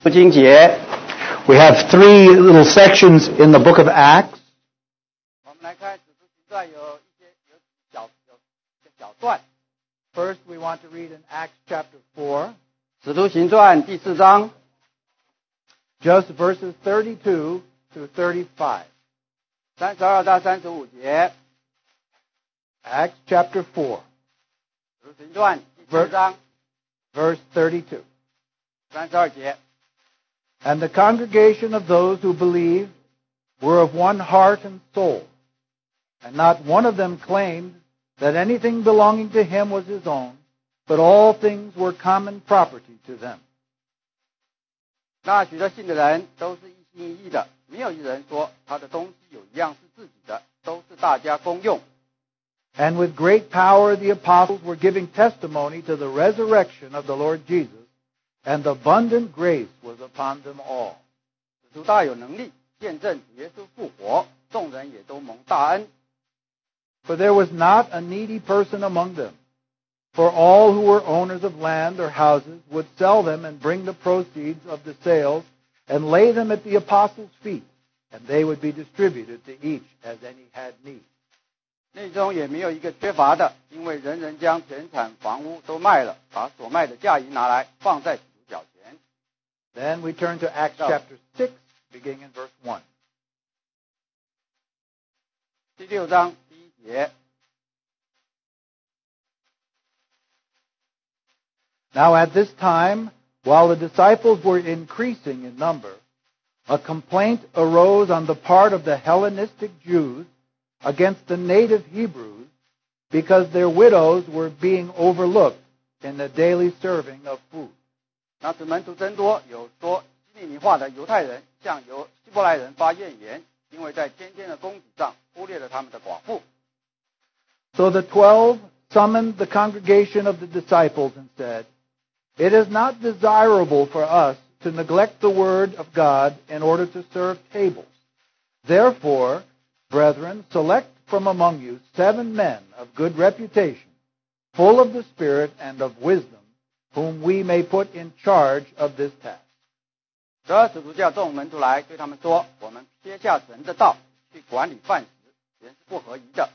父亲节， We have three little sections in the book of Acts. 我们来看《使徒行传》有一些有小有一些小段， First, we want to read in Acts chapter 4, 《使徒行传》第四章 just verses 32 through 35. 三十二到三十五节， Acts chapter 4, 《使徒行传》第四章 verse 32. 三十二节， And the congregation of those who believed were of one heart and soul. And not one of them claimed that anything belonging to him was his own, but all things were common property to them. 那许多信的人都是一心一意的，没有一人说他的东西有一样是自己的，都是大家公用。 And with great power the apostles were giving testimony to the resurrection of the Lord Jesus, and abundant grace was upon them all. 使徒大有能力，见证主耶稣复活，众人也都蒙大恩。 For there was not a needy person among them. For all who were owners of land or houses would sell them and bring the proceeds of the sales and lay them at the apostles' feet, and they would be distributed to each as any had need. 内中也没有一个缺乏的，因为人人将田产房屋都卖了，把所卖的价银拿来放在主脚前。 Then we turn to Acts Oh. chapter 6, beginning in verse 1. 第六章第一节， Now at this time, while the disciples were increasing in number, a complaint arose on the part of the Hellenistic Jews against the native Hebrews because their widows were being overlooked in the daily serving of food. 那时门徒增多，有说希利尼话的犹太人向犹希伯来人发怨言，因为在天天的供给上忽略了他们的寡妇。 So the twelve summoned the congregation of the disciples and said, It is not desirable for us to neglect the word of God in order to serve tables. Therefore, brethren, select from among you seven men of good reputation, full of the Spirit and of wisdom, whom we may put in charge of this task. 十二使徒叫众门徒来，对他们说：“我们撇下神的道，去管理饭食，原是不合宜的。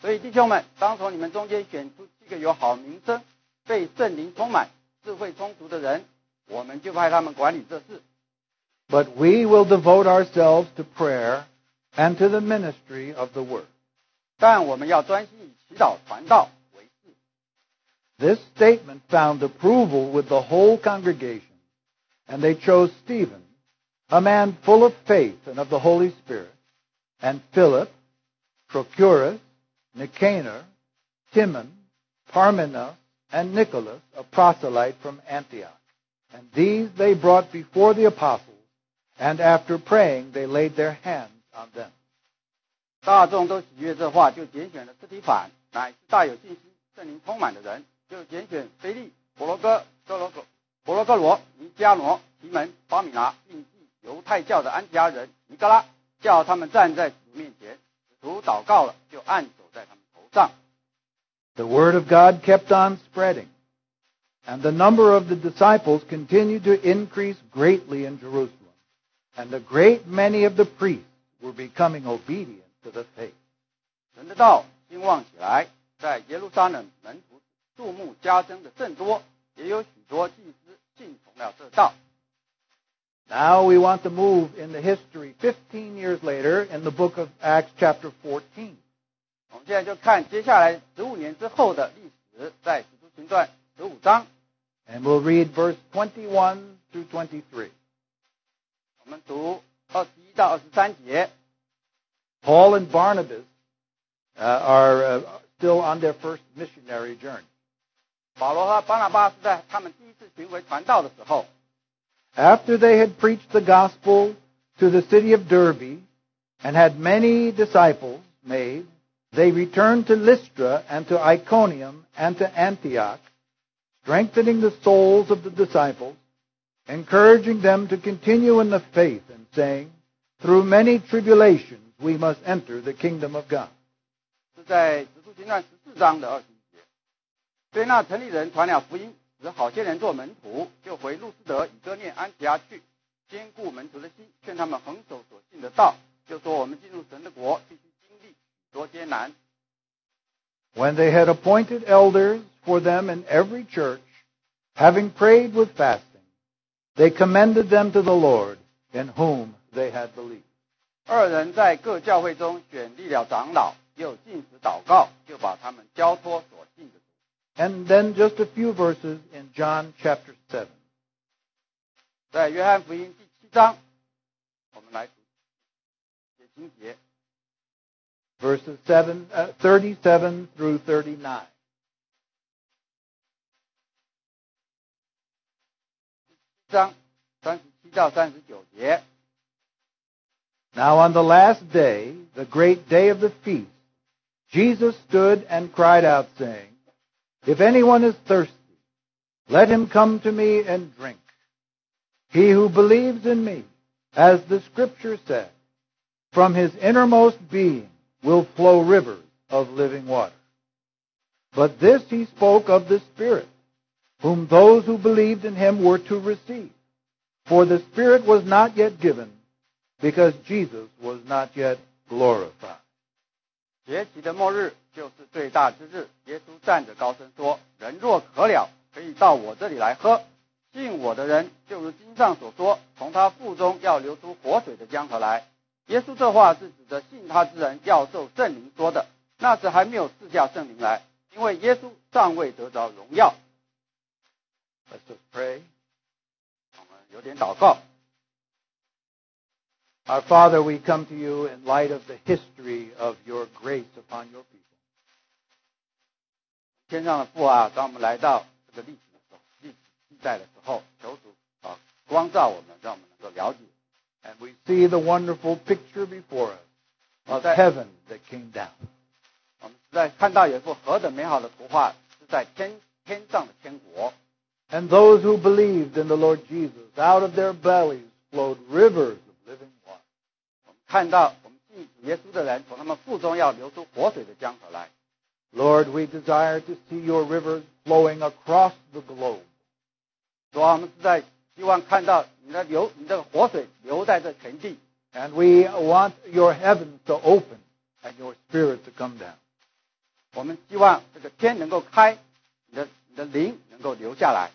所以弟兄们，当从你们中间选出七个有好名声、被圣灵充满、智慧充足的人，我们就派他们管理这事。 But we will devote ourselves to prayer and to the ministry of the word. 但我们要专心以祈祷、传道为事。 This statement found approval with the whole congregation, and they chose Stephen, a man full of faith and of the Holy Spirit, and Philip, Procurus, Nicanor, Timon, Parmenas, and Nicholas, a proselyte from Antioch. And these they brought before the apostles, and after praying they laid their hands on them. ”大众都喜悦这话，就拣选了斯提反，乃是大有信心、圣灵充满的人；就拣选菲利、伯罗哥、哥罗哥、伯罗哥罗、尼加罗、提门、巴米拿，并系犹太教的安提阿人尼加拉，叫他们站在主面前。使徒祷告了，就按手在他们头上。 The word of God kept on spreading, and the number of the disciples continued to increase greatly in Jerusalem, and a great many of the priests were becoming obedient to the faith. 神的道兴旺起来，在耶路撒冷门徒数目加增的甚多，也有许多祭司信从了这道。 Now we want to move in the history 15 years later in the book of Acts chapter 14. 我们现在就看接下来十五年之后的历史，在《使徒行传》十五章， And we'll read verse 21 through 23. 我们读二十一到二十三节。 Paul and Barnabas uh, are uh, still on their first missionary journey. 保罗和巴拿巴是在他们第一次巡回传道的时候， After they had preached the gospel to the city of Derbe and had many disciples made, they returned to Lystra and to Iconium and to Antioch, strengthening the souls of the disciples, encouraging them to continue in the faith and saying, through many tribulations we must enter the kingdom of God. 是在《使徒行传》十四章的二十一节。对那城里人传了福音，使好些人做门徒，就回路斯德、以哥念、安提阿去，兼顾门徒的心，劝他们恒守所信的道。就说我们进入神的国，必须经历许多艰难。 When they had appointed elders for them in every church, having prayed with fasting, they commended them to the Lord in whom they had believed. 二人在各教会中选立了长老，又禁止祷告，就把他们交托所信的主。 And then just a few verses in John chapter 7. 在约翰福音第七章，我们来读解经节。 verses 7, uh, 37 through 39. 第七章三十七到三十九节。 Now on the last day, the great day of the feast, Jesus stood and cried out, saying, If anyone is thirsty, let him come to me and drink. He who believes in me, as the scripture said, from his innermost being will flow rivers of living water. But this he spoke of the Spirit, whom those who believed in him were to receive. For the Spirit was not yet given, because Jesus was not yet glorified. 节期的末日就是最大之日。耶稣站着高声说：“人若渴了，可以到我这里来喝。信我的人，就如经上所说，从他腹中要流出活水的江河来。”耶稣这话是指着信他之人要受圣灵说的。那时还没有赐下圣灵来，因为耶稣尚未得着荣耀。 Let's just pray. 我们有点祷告， Our Father, we come to you in light of the history of your grace upon your people. 天上的父啊，当我们来到这个历史的时候，历史记载的时候，求主啊光照我们，让我们能够了解 And we see the wonderful picture before us of That- heaven that came down. 我们实在看到有一幅何等美好的图画，是在天天上的天国。 And those who believed in the Lord Jesus, out of their bellies flowed rivers of living water. 我们看到我们信主耶稣的人，从他们腹中要流出活水的江河来。 Lord, we desire to see your rivers flowing across the globe. 主啊，我们是在希望看到你的流，你这个活水流在这全地。 And we want your heavens to open and your spirit to come down. 我们希望这个天能够开，你的你的灵能够流下来。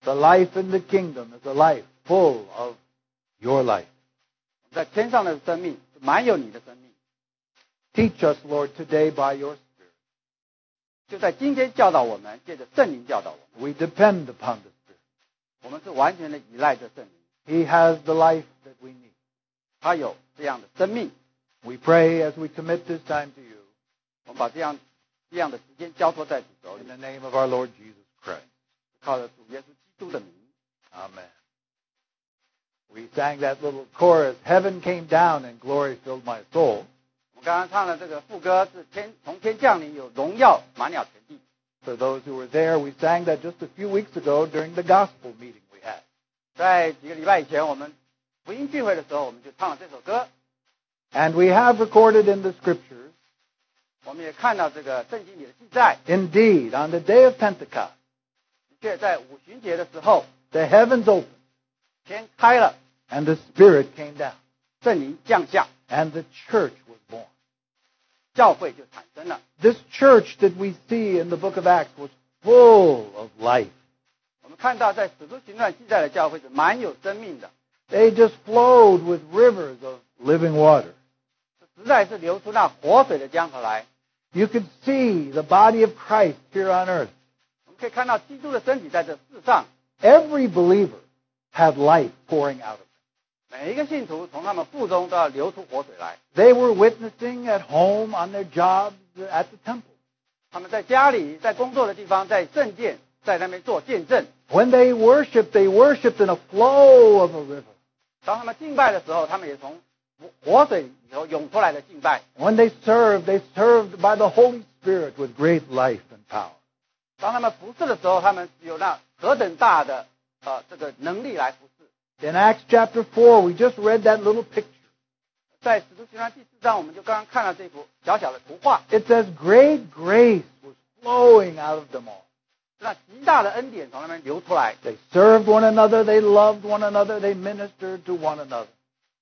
The life in the kingdom is a life full of your life. 我们在天上的生命是满有你的生命， Teach us, Lord, today by your spirit. 就在今天教导我们，借着圣灵教导我们， We depend upon the spirit. 我们是完全的依赖着圣灵。 He has the life that we need. 他有这样的生命， We pray as we commit this time to you 我们把这样这样的时间交托在主手里 in。the name of our Lord Jesus Christ. 靠着主耶稣基督的名。 Amen. We sang that little chorus, Heaven came down and glory filled my soul. 我们刚刚唱了这个副歌是天从天降临，有荣耀满了全地。 For those who were there, we sang that just a few weeks ago during the gospel meeting we had. 在几个礼拜以前，我们福音聚会的时候，我们就唱了这首歌。 And we have recorded in the scriptures, 我们也看到这个圣经里的记载， indeed, on the day of Pentecost, 的确在五旬节的时候， the heavens opened 天开了， and the Spirit came down 圣灵降下， and the church was born. 教会就产生了。 This church that we see in the book of Acts was full of life. 我们看到在使徒行传记载的教会是蛮有生命的， They just flowed with rivers of living water. 实在是流出那活水的江河来。 You could see the body of Christ here on earth. 我们可以看到基督的身体在这世上， Every believer had life pouring out of them. 每一个信徒从他们腹中都要流出活水来。 They were witnessing at home, on their jobs, at the temple. 他们在家里、在工作的地方、在圣殿，在那边做见证。 When they worshiped, they worshiped in a flow of a river. 当他们敬拜的时候，他们也从活水里头涌出来的敬拜； When they served, they served by the Holy Spirit with great life and power. 当他们服侍的时候，他们有那何等大的呃这个能力来服侍。 In Acts chapter 4, we just read that little picture. 在《使徒行传》第四章，我们就刚刚看到这幅小小的图画， It says, Great grace was flowing out of them all. 是那极大的恩典从他们流出来， They served one another, they loved one another, they ministered to one another.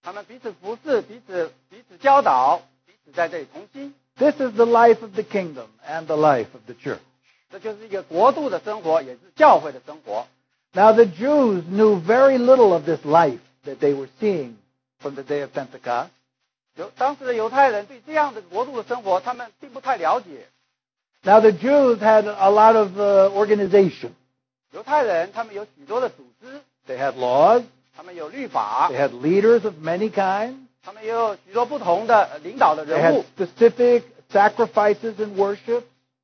他们彼此服侍，彼此彼此教导，彼此在这里同心， This is the life of the kingdom and the life of the church. 这就是一个国度的生活，也是教会的生活。 Now, the Jews knew very little of this life that they were seeing from the day of Pentecost. 犹当时的犹太人对这样的国度的生活，他们并不太了解。 Now, the Jews had a lot of uh, organization. 犹太人他们有许多的组织， They had laws, 他们有律法 they，had leaders of many kinds, 他们也有许多不同的呃领导的 they 人 had 物， specific sacrifices and worship.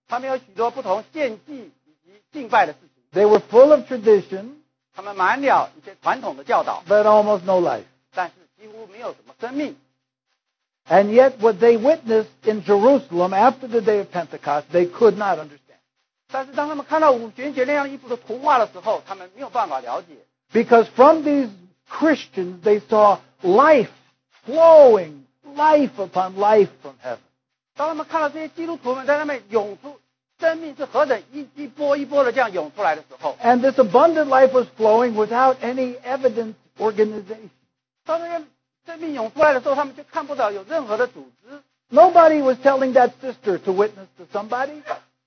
他们有许多不同献祭以及敬拜的事情， They were full of tradition, 他们满了一些传统的教导， but almost no life. 但是几乎没有什么生命。 And yet, what they witnessed in Jerusalem after the day of Pentecost, they could not understand. 但是当他们看到五旬节那样一幅的图画的时候，他们没有办法了解， Because from these Christians, they saw life flowing, life upon life from heaven. 当他们看到这些基督徒们在那边涌出生命是何等一一波一波的这样涌出来的时候， And this abundant life was flowing without any evident organization. 当那个生命涌出来的时候，他们就看不到有任何的组织， Nobody was telling that sister to witness to somebody.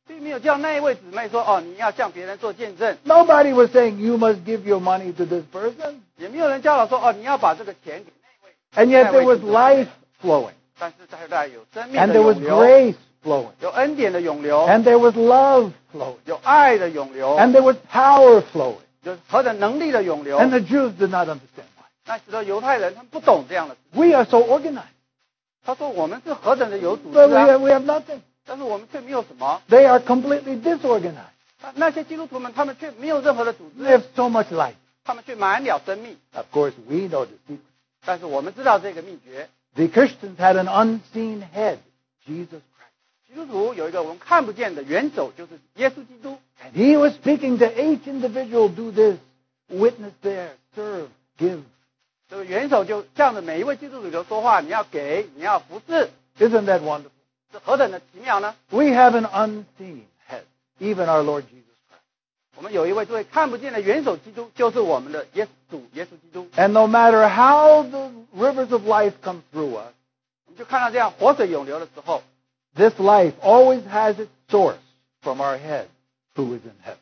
并没有叫那一位姊妹说：“哦，你要向别人做见证。 Nobody was saying, you must give your money to this person. ”也没有人教导说：“哦，你要把这个钱给那位。 And yet there was life flowing. ”但是在那有生命 And 的 there was 涌流， grace flowing. 有恩典的涌流， And there was love flowing. 有爱的涌流， And there was power flowing. 有何等能力的涌流。 And the Jews did not understand why. 那许多犹太人他们不懂这样的事。 We are so organized. 他说：“我们是何等的有组织 But we 啊 have, we have nothing. 但是我们却没有什么。 They are completely disorganized. 那那些基督徒们，他们却没有任何的组 They have 织， so much life. 他们却满了生命。 Of course, we know the secret. 但是我们知道这个秘诀， The Christians had an unseen head, Jesus Christ. 基督徒有一个我们看不见的元首，就是耶稣基督。 And he was speaking to each individual, do this, witness there, serve, give. 这个元首就向着每一位基督徒就说话：你要给，你要服侍， Isn't that wonderful? 是何等的奇妙呢？ We have an unseen head, even our Lord Jesus Christ. 我们有一位作为看不见的元首基督，就是我们的耶稣主耶稣基督。 And no matter how the rivers of life come through us, 我们就看到这样活水涌流的时候， this life always has its source from our head, who is in heaven.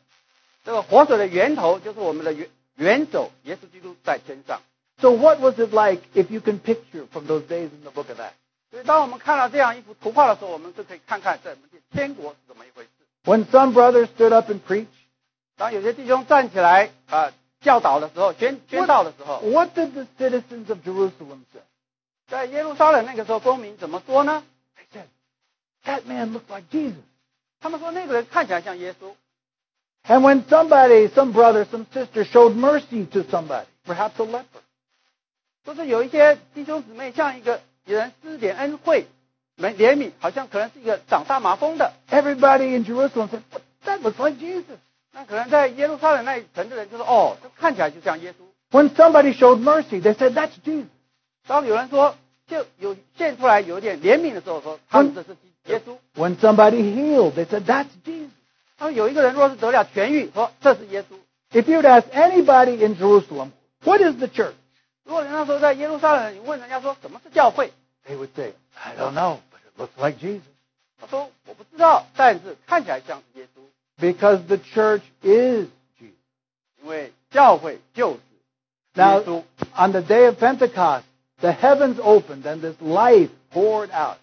这个活水的源头就是我们的元元首耶稣基督在天上。 So what was it like if you can picture from those days in the book of Acts? 所以，当我们看到这样一幅图画的时候，我们就可以看看这天国是怎么一回事。 When some brothers stood up and preached, 当有些弟兄站起来啊、呃教导的时候，宣宣道的时候， what did the citizens of Jerusalem say? 在耶路撒冷那个时候，公民怎么说呢？ They said, that man looked like Jesus. 他们说那个人看起来像耶稣。 And when somebody, some brother, some sister showed mercy to somebody, perhaps a leper, 就是有一些弟兄姊妹像一个人施点恩惠、没怜悯，好像可能是一个长大麻风的， everybody in Jerusalem said, "What- that looks like Jesus. 那可能在耶路撒冷那一层的人就说：“哦，这看起来就像耶稣。 When somebody showed mercy, they said, that's Jesus. ”当有人说就有现出来有点怜悯的时候，说他们这是耶稣。 When somebody healed, they said, that's Jesus. 他们有一个人若是得了痊愈，说这是耶稣。 If you'd ask anybody in Jerusalem, what is the church? 如果你那时候在耶路撒冷，你问人家说什么是教会， They would say, I don't know, but it looks like Jesus. 他说我不知道，但是看起来像是耶稣， Because the church is Jesus. 因为教会就是耶 Now, 稣。 on the day of Pentecost, the heavens opened and this life poured out.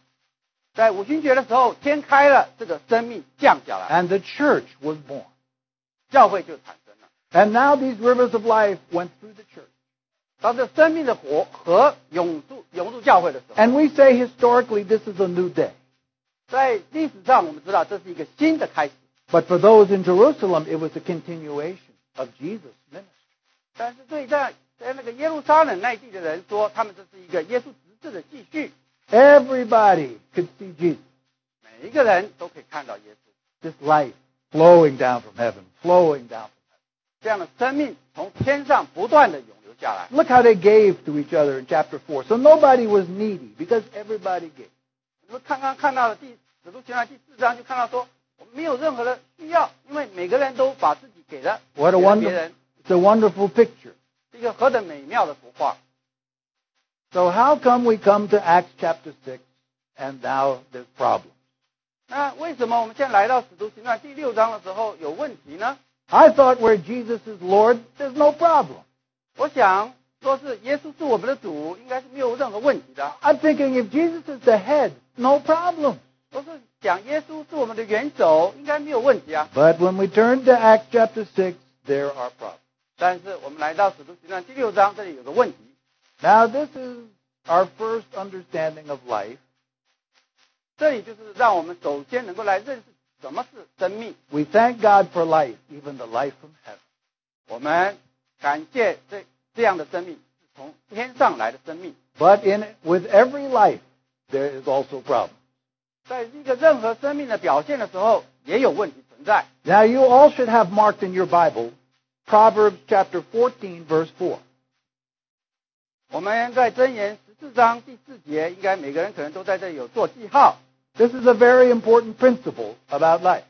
在五旬节的时候，天开了，这个生命降下来， And the church was born. 教会就产生了。 And now these rivers of life went through the church. 当这生命的火河涌入涌入教会的时候， And we say historically this is a new day. 在历史上我们知道这是一个新的开始， But for those in Jerusalem, it was a continuation of Jesus' ministry. 但是对在在那个耶路撒冷那地的人说，他们这是一个耶稣执事的继续， Everybody could see Jesus. 每一个人都可以看到耶稣。 This life flowing down from heaven, flowing down. 这样的生命从天上不断的涌流下来。 Look how they gave to each other in chapter 4. So nobody was needy because everybody gave. 我们看刚看到的第《使徒行传》第四章就看到说，我们没有任何的需要，因为每个人都把自己给了 What a 给了 wonderful, 别人， it's a wonderful picture. 是一个何等美妙的图画。 So how come we come to Acts chapter 6 and now there's problems? 那为什么我们现在来到《使徒行传》第六章的时候有问题呢？ I thought where Jesus is Lord, there's no problem. 我想说是耶稣是我们的主，应该是没有任何问题的。 I'm thinking if Jesus is the head, no problem. 我是讲耶稣是我们的元首，应该没有问题啊。 But when we turn to Acts chapter 6, there are problems. 但是我们来到《使徒行传》第六章，这里有个问题。 Now this is our first understanding of life. 这里就是让我们首先能够来认识什么是生命。 We thank God for life, even the life from heaven. 我们感谢这这样的生命是从天上来的生命， But in with every life, there is also problems. 在一个任何生命的表现的时候，也有问题存在。 Now you all should have marked in your Bible Proverbs chapter 14 verse 4. 我们在箴言十四章第四节，应该每个人可能都在这里有做记号。 This is a very important principle about life.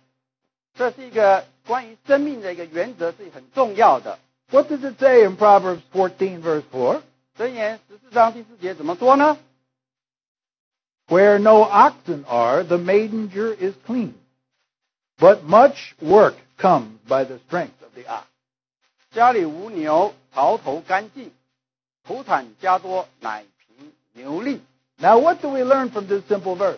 这是一个关于生命的一个原则，是很重要的。 What does it say in Proverbs 14 verse 4? 箴言十四章第四节怎么说呢？ Where no oxen are, the manger is clean. But much work comes by the strength of the ox. 家里无牛，槽头干净；土产加多，奶瓶牛力。 Now what do we learn from this simple verse?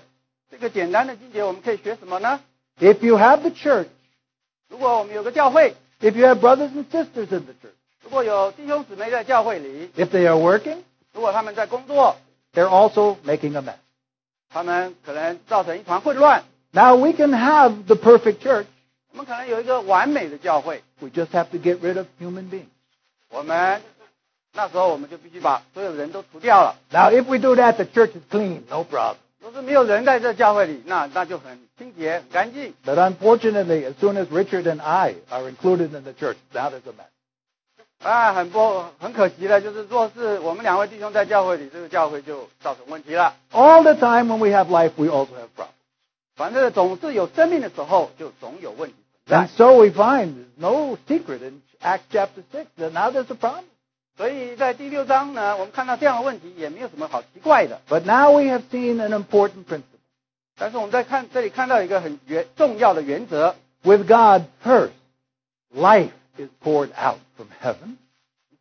这个简单的经节，我们可以学什么呢？ If you have the church, 如果我们有个教会， if you have brothers and sisters in the church, 如果有弟兄姊妹在教会里， if they are working, 如果他们在工作， they're also making a mess. 他们可能造成一团混乱。 Now we can have the perfect church. 我们可能有一个完美的教会， We just have to get rid of human beings. 我们那时候我们就必须把所有人都除掉了。 Now, if we do that, the church is clean, no problem. 若是没有人在这教会里，那那就很清洁、很干净。 But unfortunately, as soon as Richard and I are included in the church, now there's a mess. 啊，很不很可惜的，就是若是我们两位弟兄在教会里，这个教会就造成问题了。 All the time when we have life, we also have problems. 反正总是有生命的时候，就总有问题存在。And so we find there's no secret in Acts chapter 6 that now there's a problem. 所以在第六章呢，我们看到这样的问题也没有什么好奇怪的。 But now we have seen an important principle. 但是我们在看这里看到一个很原重要的原则， With God first, life is poured out from heaven.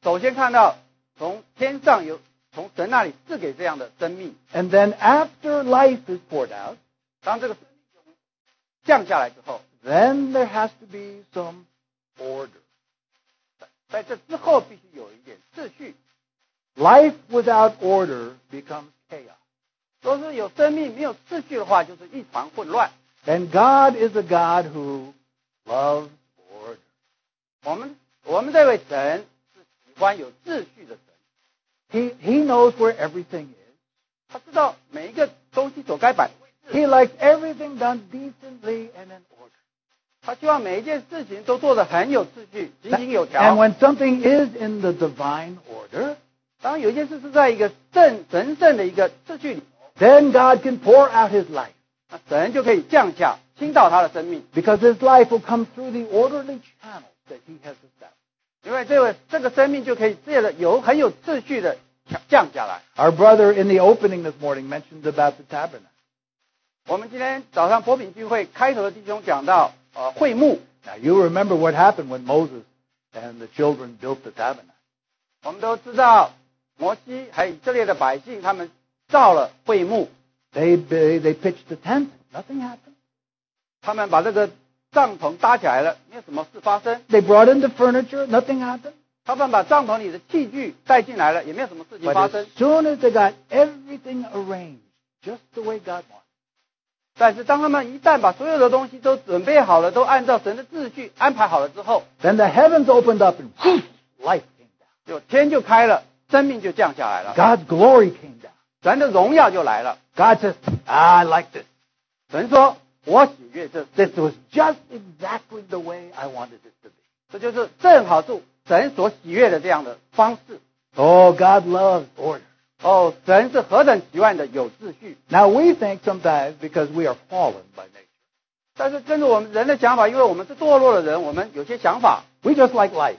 首先看到从天上有从神那里赐给这样的生命， And then after life is poured out, 当这个生命降下来之后， then there has to be some order. 在这之后必须有一点秩序。 Life without order becomes chaos. 若是有生命没有秩序的话，就是一团混乱。 And God is a God who loves order. 我们我们这位神是喜欢有秩序的神， He, he knows where everything is. 他知道每一个东西所该摆的位置， He likes everything done decently and in order. 他希望每一件事情都做得很有秩序、井井有 And 条。 when something is in the divine order, 当有一件事是在一个正神圣的一个秩序里， then God can pour out his life 那神就可以降下倾倒他的生命。 because his life will come through the orderly channels that he has established. 因为这个这个生命就可以借着有很有秩序的降下来。 Our brother in the opening this morning mentioned about the tabernacle. 我们今天早上博饼聚会开头的弟兄讲到，呃，会幕， Now you remember what happened when Moses and the children built the tabernacle. 我们都知道摩西还有以色列的百姓他们造了会幕， They they they pitched the tent. Nothing happened. 他们把这个帐篷搭起来了，没有什么事发生。 They brought in the furniture. Nothing happened. 他们把帐篷里的器具带进来了，也没有什么事情发 But 生 as。soon as they got everything arranged just the way God wanted, 但是当他们一旦把所有的东西都准备好了，都按照神的秩序安排好了之后， then the heavens opened up and whoosh, life came down. 就天就开了，生命就降下来了， God's glory came down. 神的荣耀就来了。 God says, "Ah, I like this. 神说：“我喜悦这， This was just exactly the way I wanted it to be." 这就是正好是神所喜悦的这样的方式。 Oh, God loves order. 哦，神是何等喜欢的有秩序。 Now we think sometimes because we are fallen by nature. 但是跟着我们人的想法，因为我们是堕落的人，我们有些想法， We just like life.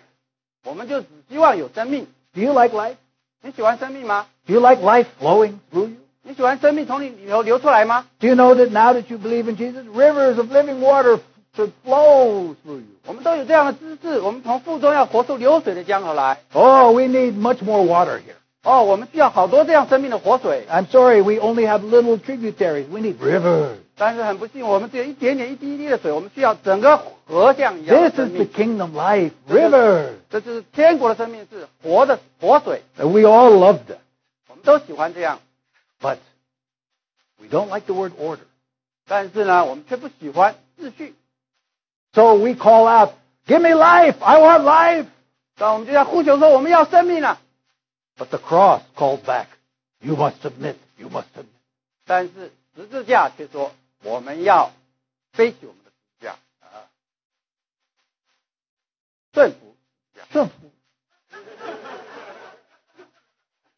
我们就只希望有生命。 Do you like life? 你喜欢生命吗？ Do you like life flowing through you? 你喜欢生命从你里头流出来吗？ Do you know that now that you believe in Jesus, rivers of living water f- should flow through you? 我们都有这样的知识，我们从腹中要活出流水的江河来。 Oh, we need much more water here. 哦，我们需要好多这样生命的活水， I'm sorry, we only have little tributaries. We need rivers. 但是很不幸，我们只有一点点、一滴一滴的水，我们需要整个河像一样的 This 生 is the 命。 kingdom life. This is- Rivers. 这就是天国的生命，是活的活水， And we all love them. 我们都喜欢这样。 But we don't like the word order. 但是呢，我们却不喜欢秩序， So we call out, give me life. I want life. 那我们就在呼求说我们要生命啊了。 But the cross calls back, you must submit. You must submit. 但是十字架却说我们要背起我们的十字架，啊，顺服。 Simple.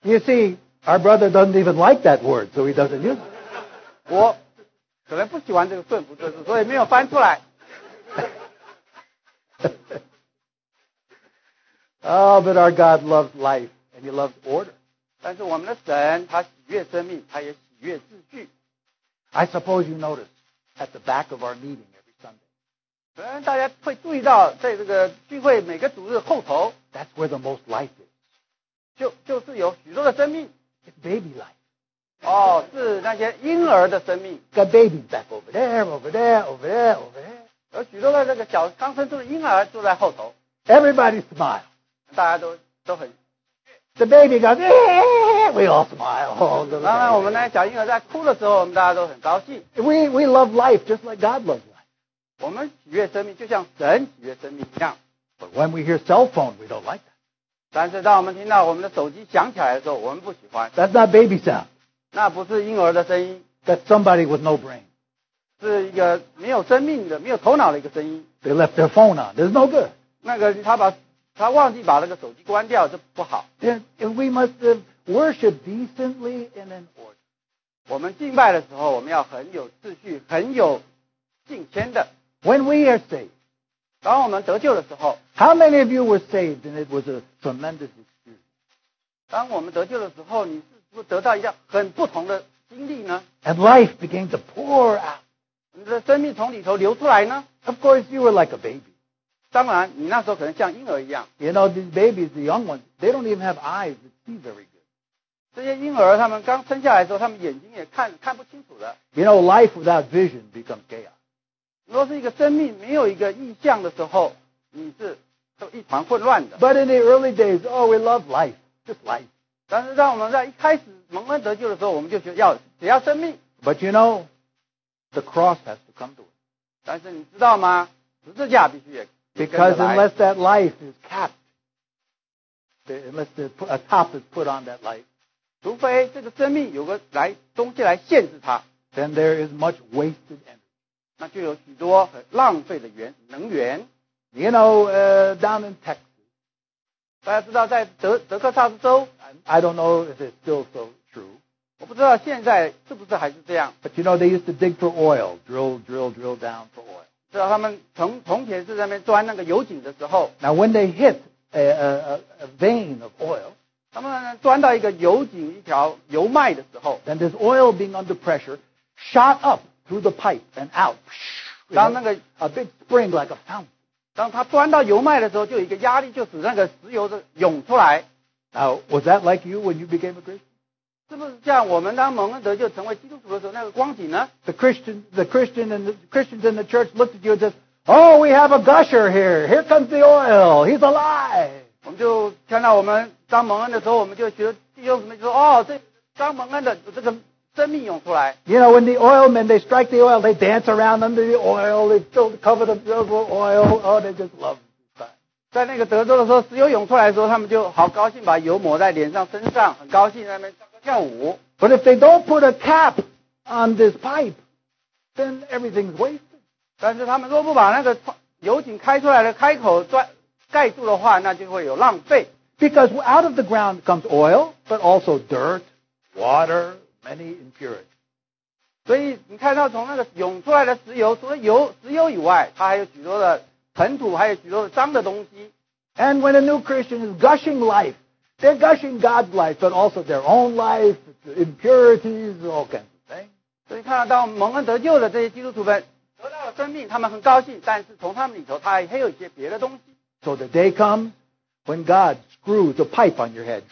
You see, our brother doesn't even like that word, so he doesn't use it. 我可能不喜欢这个顺服这字，所以没有翻出来。 Oh, but our God loves life and he loves order. 但是我们的神他喜悦生命，他也喜悦秩序。 I suppose you notice at the back of our meeting every Sunday, 可能大家会注意到，在这个聚会每个主日后头， that's where the most life is. 就就是有许多的生命 It's baby life. 哦，是那些婴儿的生命， Got babies back over there, over there, over there, over there. 有许多的这个小刚生出的婴儿就在后头， Everybody smiles. 大家都都很。 The baby goes, "Eh," we all smile. Oh, little 当然，我们 baby. 那些小婴儿在哭的时候，我们大家都很高兴。 we, we love life just like God loves life. 我们喜悦生命，就像神喜悦生命一样。 But when we hear cell phone, we don't like that. 但是，当我们听到我们的手机响起来的时候，我们不喜欢， That's not baby sound. 那不是婴儿的声音， That's somebody with no brain. 是一个没有生命的、没有头脑的一个声音。 They left their phone on. There's no good. 那个他把他忘记把那个手机关掉，这不好。 Then- and we must uh, worship decently and in order. 我们敬拜的时候，我们要很有秩序、很有敬谦的。 When we are saved, 当我们得救的时候， how many of you were saved and it was a tremendous experience? 当我们得救的时候，你是不是得到一个很不同的经历呢？ And life began to pour out. 你的生命从里头流出来呢？ Of course, you were like a baby. 当然，你那时候可能像婴儿一样， You know, these babies, the young ones, they don't even have eyes that see very good. 这些婴儿他们刚生下来的时候，他们眼睛也看看不清楚的。 You know, life without vision becomes chaos. 如果是一个生命没有一个意向的时候，你是都一团混乱的。 But in the early days, oh, we love life, just life. 但是让我们在一开始蒙恩得救的时候，我们就觉得要只要生命。 But you know, the cross has to come to us. 但是你知道吗？十字架必须也也跟着 Because 来 unless that life is capped, the- unless the, a top is put on that life, 除非这个生命有个来东西来限制它， then there is much wasted energy. 那就有许多很浪费的源能源。 You know, uh, down in Texas, 大家知道，在德德克萨斯州， I, I don't know if it's still so true, 我不知道现在是不是还是这样。 but you know, they used to dig for oil, drill, drill, drill down for oil. 知道他们从从前是在那边钻那个油井的时候， Now, when they hit a, a, a- a vein of oil, 他们钻到一个油井一条油脉的时候， then this oil being under pressure shot up through the pipe and out. You know, 当那个 a big spring like a fountain. 当它钻到油脉的时候，就有一个压力，就使那个石油的涌出来。 Now, was that like you when you became a Christian? 是不是像我们当蒙恩得救成为基督徒的时候那个光景呢？ The Christian, the Christian, and the Christians in the church looked at you and said, "Oh, we have a gusher here. Here comes the oil. He's alive." 我们就看到我们当蒙恩的时候，我们就觉得弟兄姊妹就说：“哦，这当蒙恩的这个生命涌出来。 You know, when the oilmen they strike the oil, they dance around under the oil. They fill, cover themselves with oil. Oh, they just love it. 在那个德州的时候，石油涌出来的时候，他们就好高兴，把油抹在脸上、身上，很高兴在那边唱歌跳舞。 But if they don't put a cap on this pipe, then everything's wasted. 但是他们若不把那个油井开出来的开口钻盖住的话，那就会有浪费。 Because out of the ground comes oil, but also dirt, water, many impurities. 所以你看到从那个涌出来的石油，除了油石油以外，它还有许多的尘土，还有许多的脏的东西。 And when a new Christian is gushing life, they're gushing God's life, but also their own life, impurities, all kinds of things. 所以看得到蒙恩得救的这些基督徒们得到了生命，他们很高兴，但是从他们里头，他还有一些别的东西。 So the day comes when God screws a pipe on your head.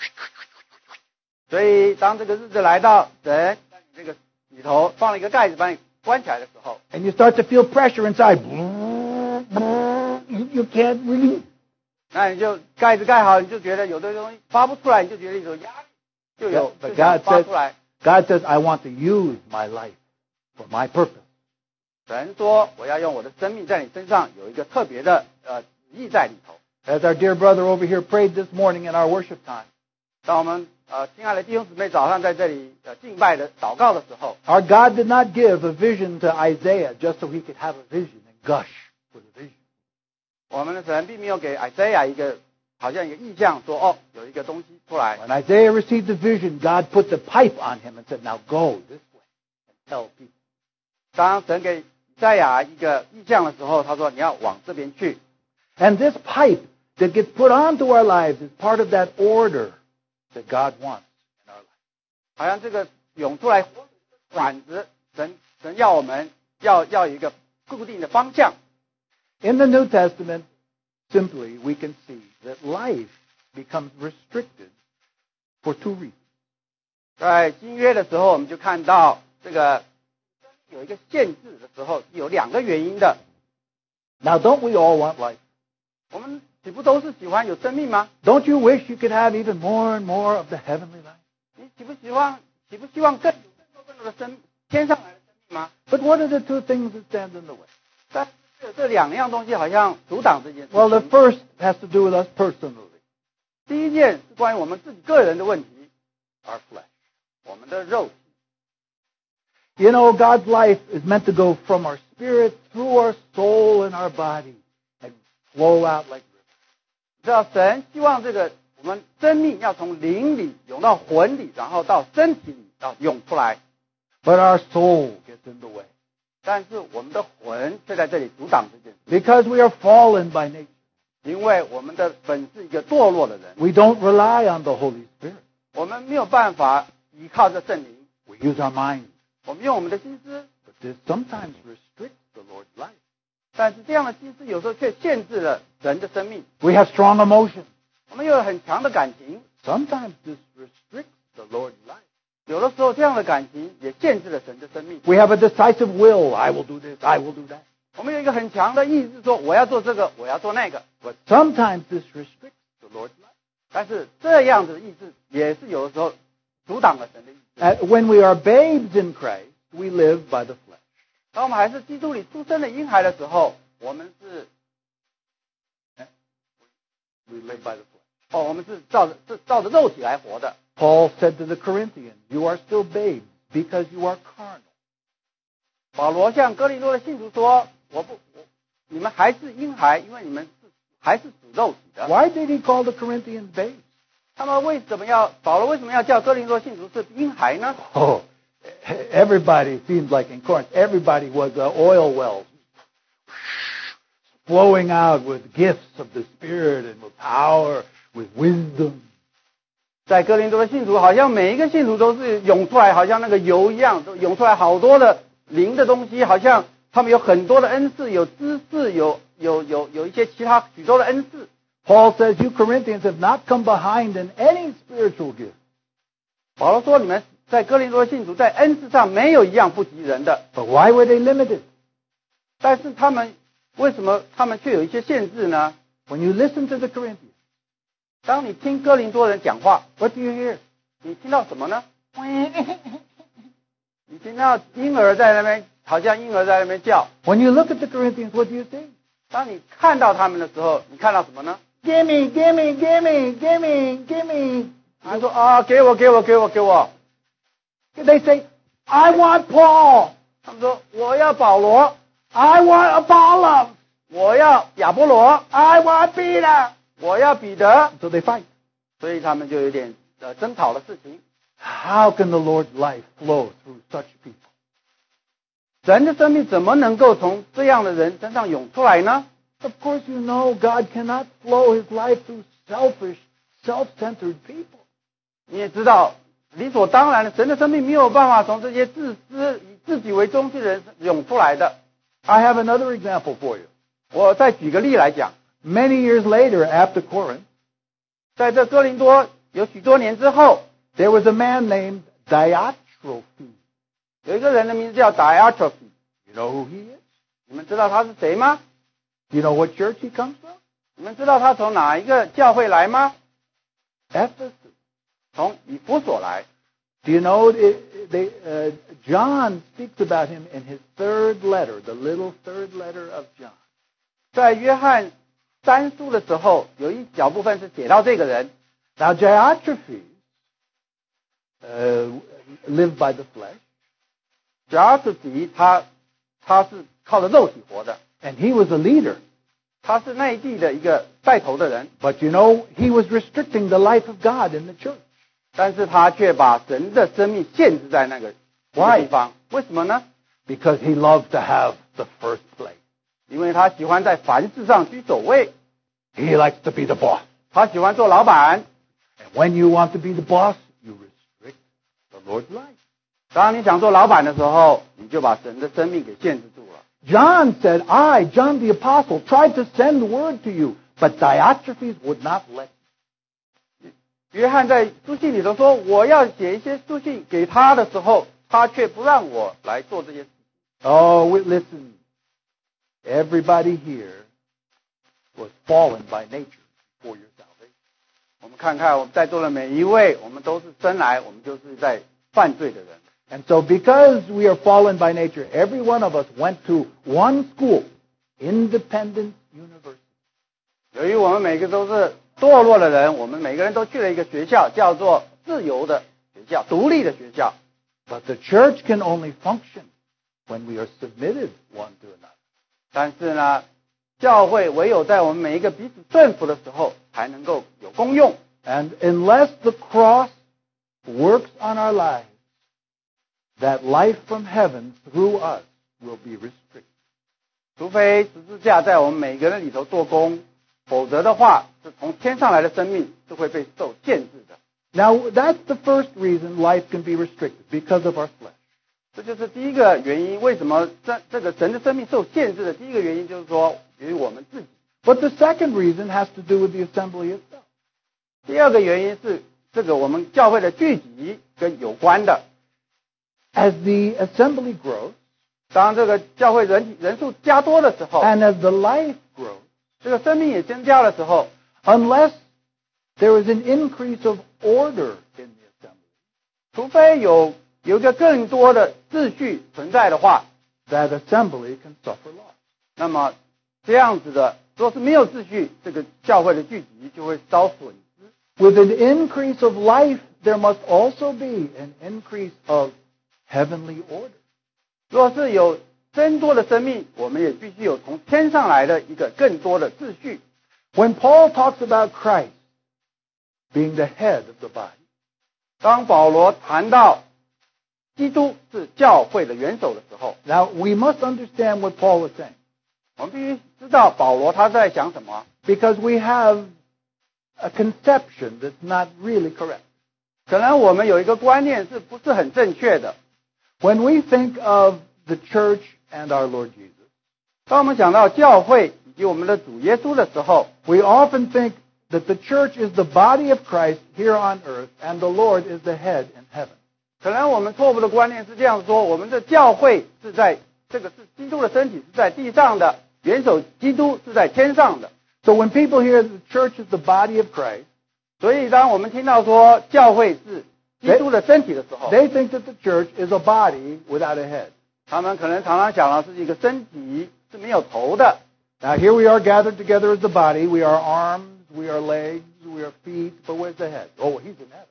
所以当这个日子来到，人在你这个里头放了一个盖子把你关起来的时候， And you start to feel pressure inside. You you can't really. 那你就盖子盖好，你就觉得有的东西发不出来，你就觉得一种压力，就有 But 就想 God 发 says, 出来。 God says, I want to use my life for my purpose. 神说：“我要用我的生命在你身上有一个特别的呃旨意在里头。 As our dear brother over here prayed this morning in our worship time, ”当我们呃亲爱的弟兄姊妹早上在这里呃敬拜的祷告的时候， our God did not give a vision to Isaiah just so he could have a vision and gush with a vision. 我们的神并没有给 Isaiah 一个好像一个意象说哦有一个东西出来。 When Isaiah received the vision, God put the pipe on him and said, Now go this way and tell people. 当神给以赛亚一个意象的时候，他说你要往这边去。 And this pipe that gets put onto our lives is part of that order that God wants in our life. 好像这个涌出来管子，神神要我们要要有一个固定的方向。 In the New Testament, simply, we can see that life becomes restricted for two reasons. 在新约的时候，我们就看到这个有一个限制的时候，有两个原因的。 Now, don't we all want life? 我们岂不都是喜欢有生命吗？ Don't you wish you could have even more and more of the heavenly life? 你岂不希望岂不希望更有更多更多的生天上来的生命吗？ But what are the two things that stand in the way? 但是这两样东西好像阻挡这件事 Well, the 情。 first has to do with us personally, 第一件是关于我们自己个人的问题， our flesh. 我们的肉体。 You know, God's life is meant to go from our spirit through our soul and our body and flow out like rivers. 你知道啊神希望这个我们生命要从灵里涌到魂里，然后到身体里啊涌出来， But our soul gets in the way 但是我们的魂却在这里阻挡这件事。 because we are fallen by nature. 因为我们的本是一个堕落的人， We don't rely on the Holy Spirit. 我们没有办法依靠这圣灵， We use our mind. 我们用我们的心思， But this sometimes restricts the Lord's life. 但是这样的心思有时候却限制了人的生命。 We have strong emotions. 我们又有很强的感情， Sometimes this restricts the Lord's life. 有的时候这样的感情也限制了神的生命。 We have a decisive will. I will do this. I will do that. 我们有一个很强的意志，说我要做这个，我要做那个。 But sometimes this restricts the Lord's life. 但是这样子的意志也是有的时候阻挡了神的意志。 Uh, when we are babes in Christ, we live by the flesh. 当我们还是基督里出生的婴孩的时候，我们是哎 We live by the flesh. 哦，我们是照着是照着肉体来活的。 Paul said to the Corinthians, You are still babes because you are carnal. 保罗向哥林多的信徒说：“我不，我你们还是婴孩，因为你们是还是属肉体的。 Why did he call the Corinthians babes? ”他们为什么要保罗为什么要叫哥林多信徒是婴孩呢？ Oh, everybody seemed like in Corinth, everybody was uh, oil wells flowing out with gifts of the Spirit and with power, with wisdom. 在哥林多的信徒，好像每一个信徒都是涌出来，好像那个油一样，都涌出来好多的灵的东西，好像他们有很多的恩赐，有知识，有有有有一些其他许多的恩赐。 Paul says, You Corinthians have not come behind in any spiritual gift, 保罗说：“你们在哥林多的信徒在恩赐上没有一样不及人的， but why were they limited? 但是他们为什么他们却有一些限制呢？ When you listen to the Corinthians, 当你听哥林多人讲话， what do you hear? 你听到什么呢？你听到婴儿在那边，好像婴儿在那边叫。 When you look at the Corinthians, what do you see? 当你看到他们的时候，你看到什么呢？ Gimme, gimme, gimme, gimme, gimme. 他说啊，给我，给我，给我，给我。 They say, I want Paul. 他们说我要保罗， I want Apollos. 我要亚波罗， I want Peter. 我要彼得。 So they fight. 所以他们就有点呃争吵的事情。 How can the Lord's life flow through such people? 人的生命怎么能够从这样的人身上涌出来呢？ Of course, you know God cannot flow his life through selfish, self-centered people. 你也知道，理所当然的，神的生命没有办法从这些自私、以自己为中心的人涌出来的。 I have another example for you. 我再举个例来讲， Many years later, after Corinth, 在这哥林多有许多年之后， there was a man named Diotrephes. 有一个人的名字叫 Diotrephes， You know who he is? 你们知道他是谁吗？ You know what church he comes from? 你们知道他从哪一个教会来吗？ Ephesus. 从以弗所来。 Do you know it, they, uh, John speaks about him in his third letter, the little third letter of John. 在约翰三书的时候，有一小部分是写到这个人。 Now, Diotrephes uh, lived by the flesh, 主要是迪他他是靠着肉体活的， and he was a leader. 他是内地的一个带头的人， But you know, he was restricting the life of God in the church. 但是他却把神的生命限制在那个那个地方。为什么呢？ because he loved to have the first place. 因为他喜欢在凡事上居首位， He likes to be the boss. 他喜欢做老板。 And when you want to be the boss, you restrict the Lord's life. 当你想做老板的时候，你就把神的生命给限制住了。 John said, I, John the Apostle, tried to send word to you, but Diotrephes would not let me. 约翰在书信里头说，我要写一些书信给他的时候，他却不让我来做这些事。 Oh, we- listen. Everybody here was fallen by nature before your salvation. 我们看看我们在座的每一位，我们都是生来我们就是在犯罪的人。 And so because we are fallen by nature, every one of us went to one school, Independence University. 由于我们每个都是堕落的人，我们每个人都去了一个学校，叫做自由的学校、独立的学校。 But the church can only function when we are submitted one to another. 但是呢，教会唯有在我们每一个彼此顺服的时候，才能够有功用。 And unless the cross works on our lives, that life from heaven through us will be restricted. 除非十字架在我们每个人里头做工，否则的话，是从天上来的生命是会被受限制的。 Now, that's the first reason life can be restricted, because of our flesh. 这就是第一个原因，为什么这这个神的生命受限制的第一个原因，就是说由于我们自己。 But the second reason has to do with the assembly itself. 第二个原因是这个我们教会的聚集跟有关的。 As the assembly grows, 当这个教会人人数加多的时候， and as the life grows, 这个生命也增加的时候， unless there is an increase of order in the assembly, 除非有有一个更多的秩序存在的话， that assembly can suffer loss. 那么这样子的，若是没有秩序，这个教会的聚集就会遭损失。 With an increase of life, there must also be an increase of heavenly order. 若是有增多的生命，我们也必须有从天上来的一个更多的秩序。 When Paul talks about Christ being the head of the body, 当保罗谈到基督是教会的元首的时候， now we must understand what Paul was saying 我们必须知道保罗他在想什么。 because we have a conception that's not really correct. 可能我们有一个观念是不是很正确的？ When we think of the church and our Lord Jesus, 当我们想到教会以及我们的主耶稣的时候， we often think that the church is the body of Christ here on earth and the Lord is the head in heaven. 可能我们错误的观念是这样说：我们的教会是在这个是基督的身体是在地上的，元首基督是在天上的。 So when people hear that the church is the body of Christ, 所以，当我们听到说教会是基督的身体的时候， They think that the church is a body without a head. 他们可能常常想到是一个身体是没有头的。 Now here we are gathered together as the body. We are arms, we are legs, we are feet, but where's the head? Oh, he's in heaven.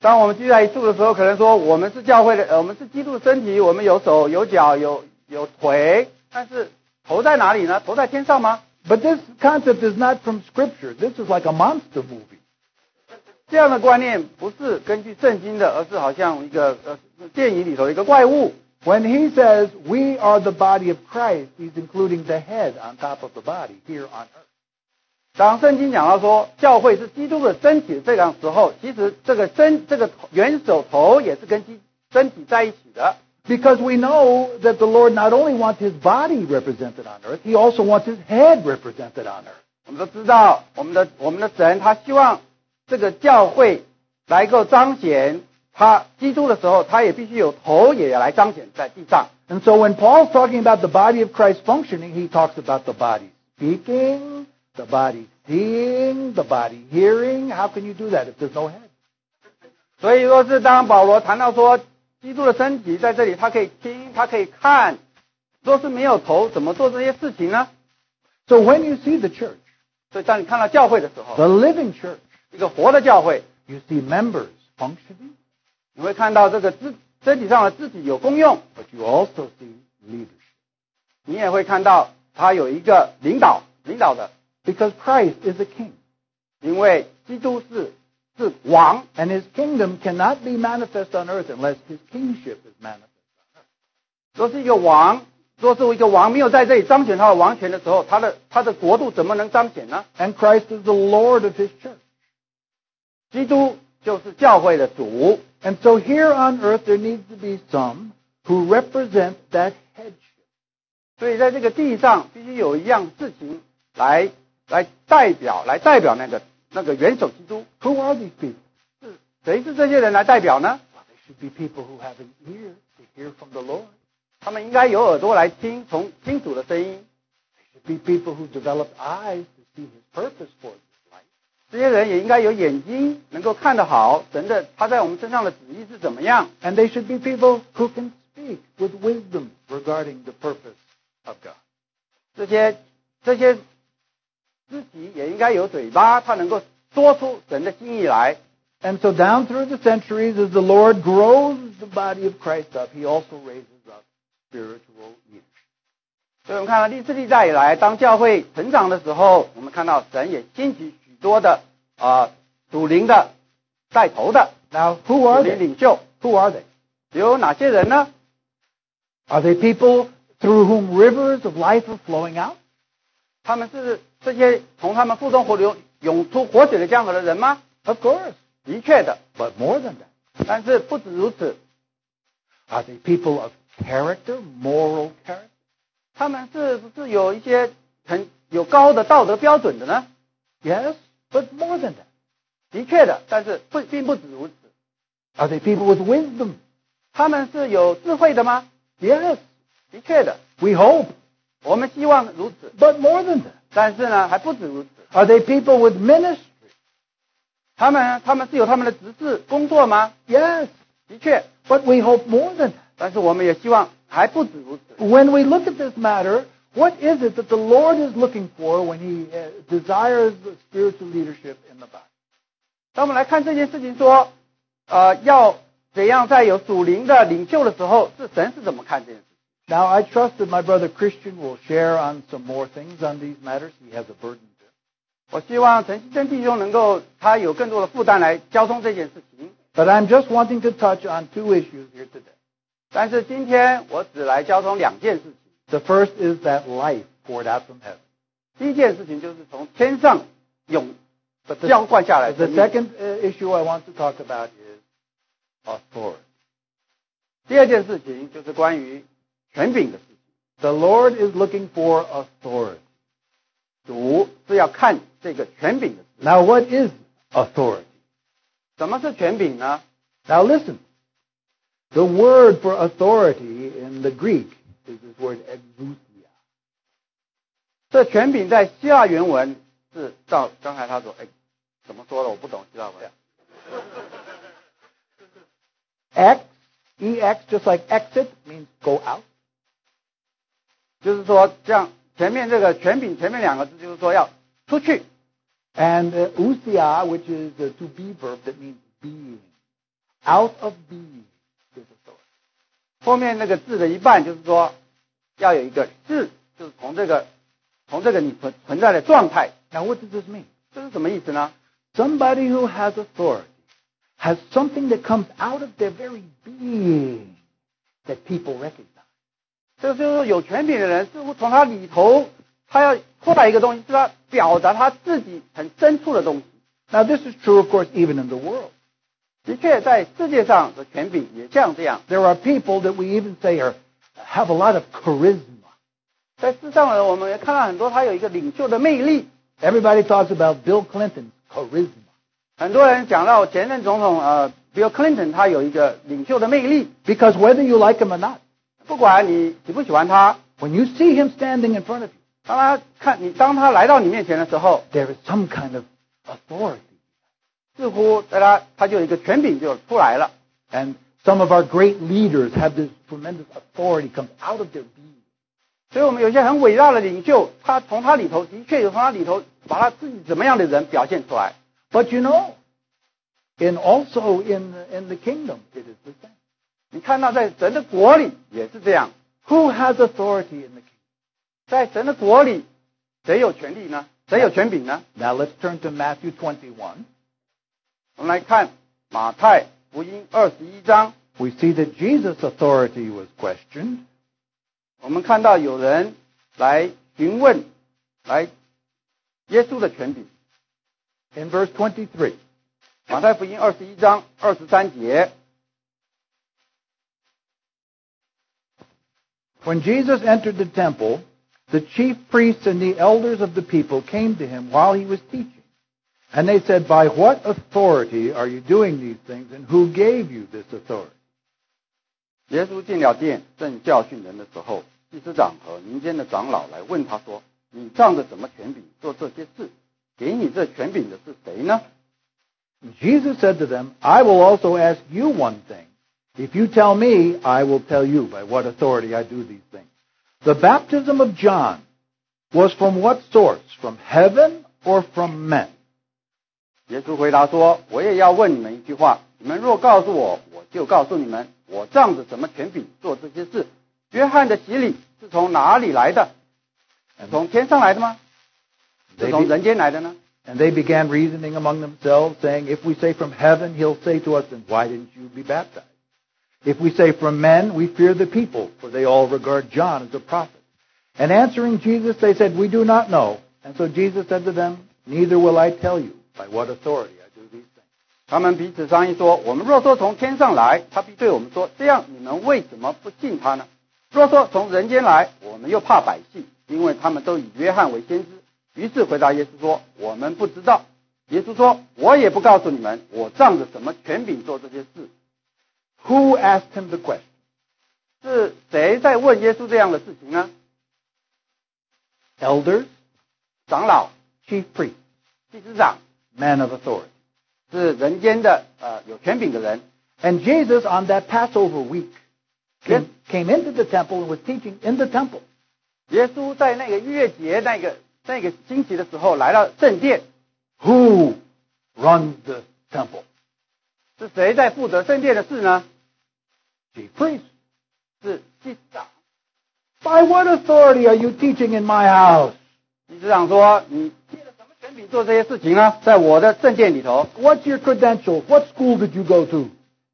当我们聚在一处的时候，可能说我们是教会的，呃，我们是基督的身体，我们有手有脚有有腿，但是头在哪里呢？头在天上吗？ But this concept is not from Scripture. This is like a monster movie. 这样的观念不是根据圣经的，而是好像一个呃电影里头的一个怪物。 When he says, we are the body of Christ, he's including the head on top of the body here on earth. 当圣经讲到说教会是基督的身体这样时候，其实这个身这个头元首头也是跟基身体在一起的， Because we know that the Lord not only wants his body represented on earth, he also wants his head represented on earth. 我们都知道，我们的我们的神他希望这个教会来够彰显他基督的时候，他也必须有头也来彰显在地上。 And so when Paul's talking about the body of Christ functioning, he talks about the body speaking, the body seeing, the body hearing. How can you do that if there's no head? 所以说是当保罗谈到说基督的身体在这里，他可以听，他可以看，若是没有头，怎么做这些事情呢？ So when you see the church, 所以当你看到教会的时候， the living church, 一个活的教会， you see members functioning, 你会看到这个肢身体上的肢体有功用， but you also see leadership. 你也会看到他有一个领导，领导的， Because Christ is a king, 因为基督是是王， and his kingdom cannot be manifest on earth unless his kingship is manifest. 若是一个王，若是一个王没有在这里彰显他的王权的时候，他的他的国度怎么能彰显呢？ And Christ is the Lord of his church. 基督就是教会的主， And so here on earth there needs to be some who represent that headship. 所以在这个地上必须有一样事情来来代表，来代表那个那个元首基督。 Who are these people? 是谁是这些人来代表呢？ Well, they should be people who have an ear to hear from the Lord. 他们应该有耳朵来听从听主的声音。 They should be people who develop eyes to see his purpose for this life. 这些人也应该有眼睛，能够看得好神的他在我们身上的旨意是怎么样。 And they should be people who can speak with wisdom regarding the purpose of God. 这些这些肢体也应该有嘴巴，它能够说出神的心意来。 And so down through the centuries, as the Lord grows the body of Christ up, he also raises up spiritual leaders. 所以我们看到历世历代以来，当教会成长的时候，我们看到神也兴起许多的啊、呃、属灵的带头的 Now, who 属 are 灵 they? 领袖， Who are they? 有哪些人呢？ Are they people through whom rivers of life are flowing out? 他们是这些从他们腹中活流涌出活水的江河的人吗？ Of course, 的确的， but more than that. 但是不止如此， Are they people of character, moral character? 他们是不是有一些很有高的道德标准的呢？ Yes, but more than that. 的确的，但是不并不止如此。 Are they people with wisdom? 他们是有智慧的吗？ Yes, 的确的， we hope, 我们希望如此， but more than that. 但是呢，还不止如此。 Are they people with ministry? 他们他们是有他们的职责工作吗？ Yes, 的确， but we hope more than that. 但是我们也希望还不止如此。 When we look at this matter, what is it that the Lord is looking for when he uh, desires the spiritual leadership in the body? 当我们来看这件事情说，呃，要怎样在有属灵的领袖的时候，是神是怎么看这件事？ Now, I trust that my brother Christian will share on some more things on these matters. He has a burden to. 我希望陈希真弟兄能够他有更多的负担来交通这件事情。 But I'm just wanting to touch on two issues here today. 但是今天我只来交通两件事情。 The first is that life poured out from heaven. 第一件事情就是从天上涌 But 浇 the, 灌下来的 the 生命。 second uh, issue I want to talk about is authority. 第二件事情就是关于权柄的事情。 The Lord is looking for authority. 主是要看这个权柄的事。 Now, what is authority? 什么是权柄呢？ Now, listen. The word for authority in the Greek is this word exousia. 这权柄在希腊原文是照刚才他说，哎，怎么说的？我不懂希腊文。E X, EX, just like exit means go out. 就是说，像前面这个权柄前面两个字，就是说要出去。 And uh, ousia, which is the to be verb that means being. Out of being is authority. 后面那个字的一半就是说，要有一个字，就是从这个从这个你存存在的状态， Now what does this mean? 这是什么意思呢？ Somebody who has authority has something that comes out of their very being that people recognize. 这就是说有权柄的人，似乎从他里头，他要出来一个东西，是他表达他自己很深处的东西。 Now, this is true, of course, even in the world. 的确，在世界上的权柄也像这样， There are people that we even say are, have a lot of charisma. 在世上的人，我们也看到很多他有一个领袖的魅力。 Everybody talks about Bill Clinton's charisma. 很多人讲到前任总统呃，Bill Clinton，他有一个领袖的魅力。 Because whether you like him or not, 不管你喜不喜欢他， when you see him standing in front of you, 当他看你，当他来到你面前的时候， there is some kind of authority. 似乎在他他就有一个权柄就出来了。 And some of our great leaders have this tremendous authority comes out of their being. 所以我们有些很伟大的领袖，他从他里头的确有从他里头把他自己怎么样的人表现出来。 But you know, in also in in the kingdom, it is the same. 你看到在神的国里也是这样， Who has authority in the kingdom? 在神的国里，谁有权利呢？谁有权柄呢？ Now let's turn to Matthew 21. 我们来看马太福音二十一章， We see that Jesus' authority was questioned, 我们看到有人来询问，来耶稣的权柄。 in verse 23. 马太福音二十一章二十三节， When Jesus entered the temple, the chief priests and the elders of the people came to him while he was teaching. And they said, By what authority are you doing these things, and who gave you this authority? 耶稣进了殿，正教训人的时候，祭司长和民间的长老来问他说：“你仗着什么权柄做这些事？给你这权柄的是谁呢 Jesus said to them, I will also ask you one thing. If you tell me, I will tell you by what authority I do these things. The baptism of John was from what source? From heaven or from men? ？”耶稣回答说：“我也要问你们一句话，你们若告诉我，我就告诉你们，我仗着什么权柄做这些事？约翰的洗礼是从哪里来的？是从天上来的吗？是 They 从 be- 人间来的呢？” And they began reasoning among themselves, saying, If we say from heaven, he'll say to us, Then why didn't you be baptized? If we say from men, we fear the people, for they all regard John as a prophet. And answering Jesus, they said, We do not know. And so Jesus said to them, Neither will I tell you by what authority I do these things. 他们彼此商议说：“我们若说从天上来，他必对我们说：‘这样你们为什么不信他呢？’若说从人间来，我们又怕百姓，因为他们都以约翰为先知。”于是回答耶稣说：“我们不知道。”耶稣说：“我也不告诉你们，我仗着什么权柄做这些事。 Who asked him the question? ”是谁在问耶稣这样的事情呢？ Elders, 长老、 chief priests, 祭司长 men of authority. 是人间的呃有权柄的人。 And Jesus, on that Passover week, Yes. came, came into the temple and was teaching in the temple. 耶稣在那个逾越节那个那个星期的时候来到圣殿， Who runs the temple? 是谁在负责圣殿的事呢？ Chief priests. 是祭司长。 By what authority are you teaching in my house? 祭司长说：“你借了什么权柄做这些事情呢？在我的圣殿里头， What's your credentials? What school did you go to?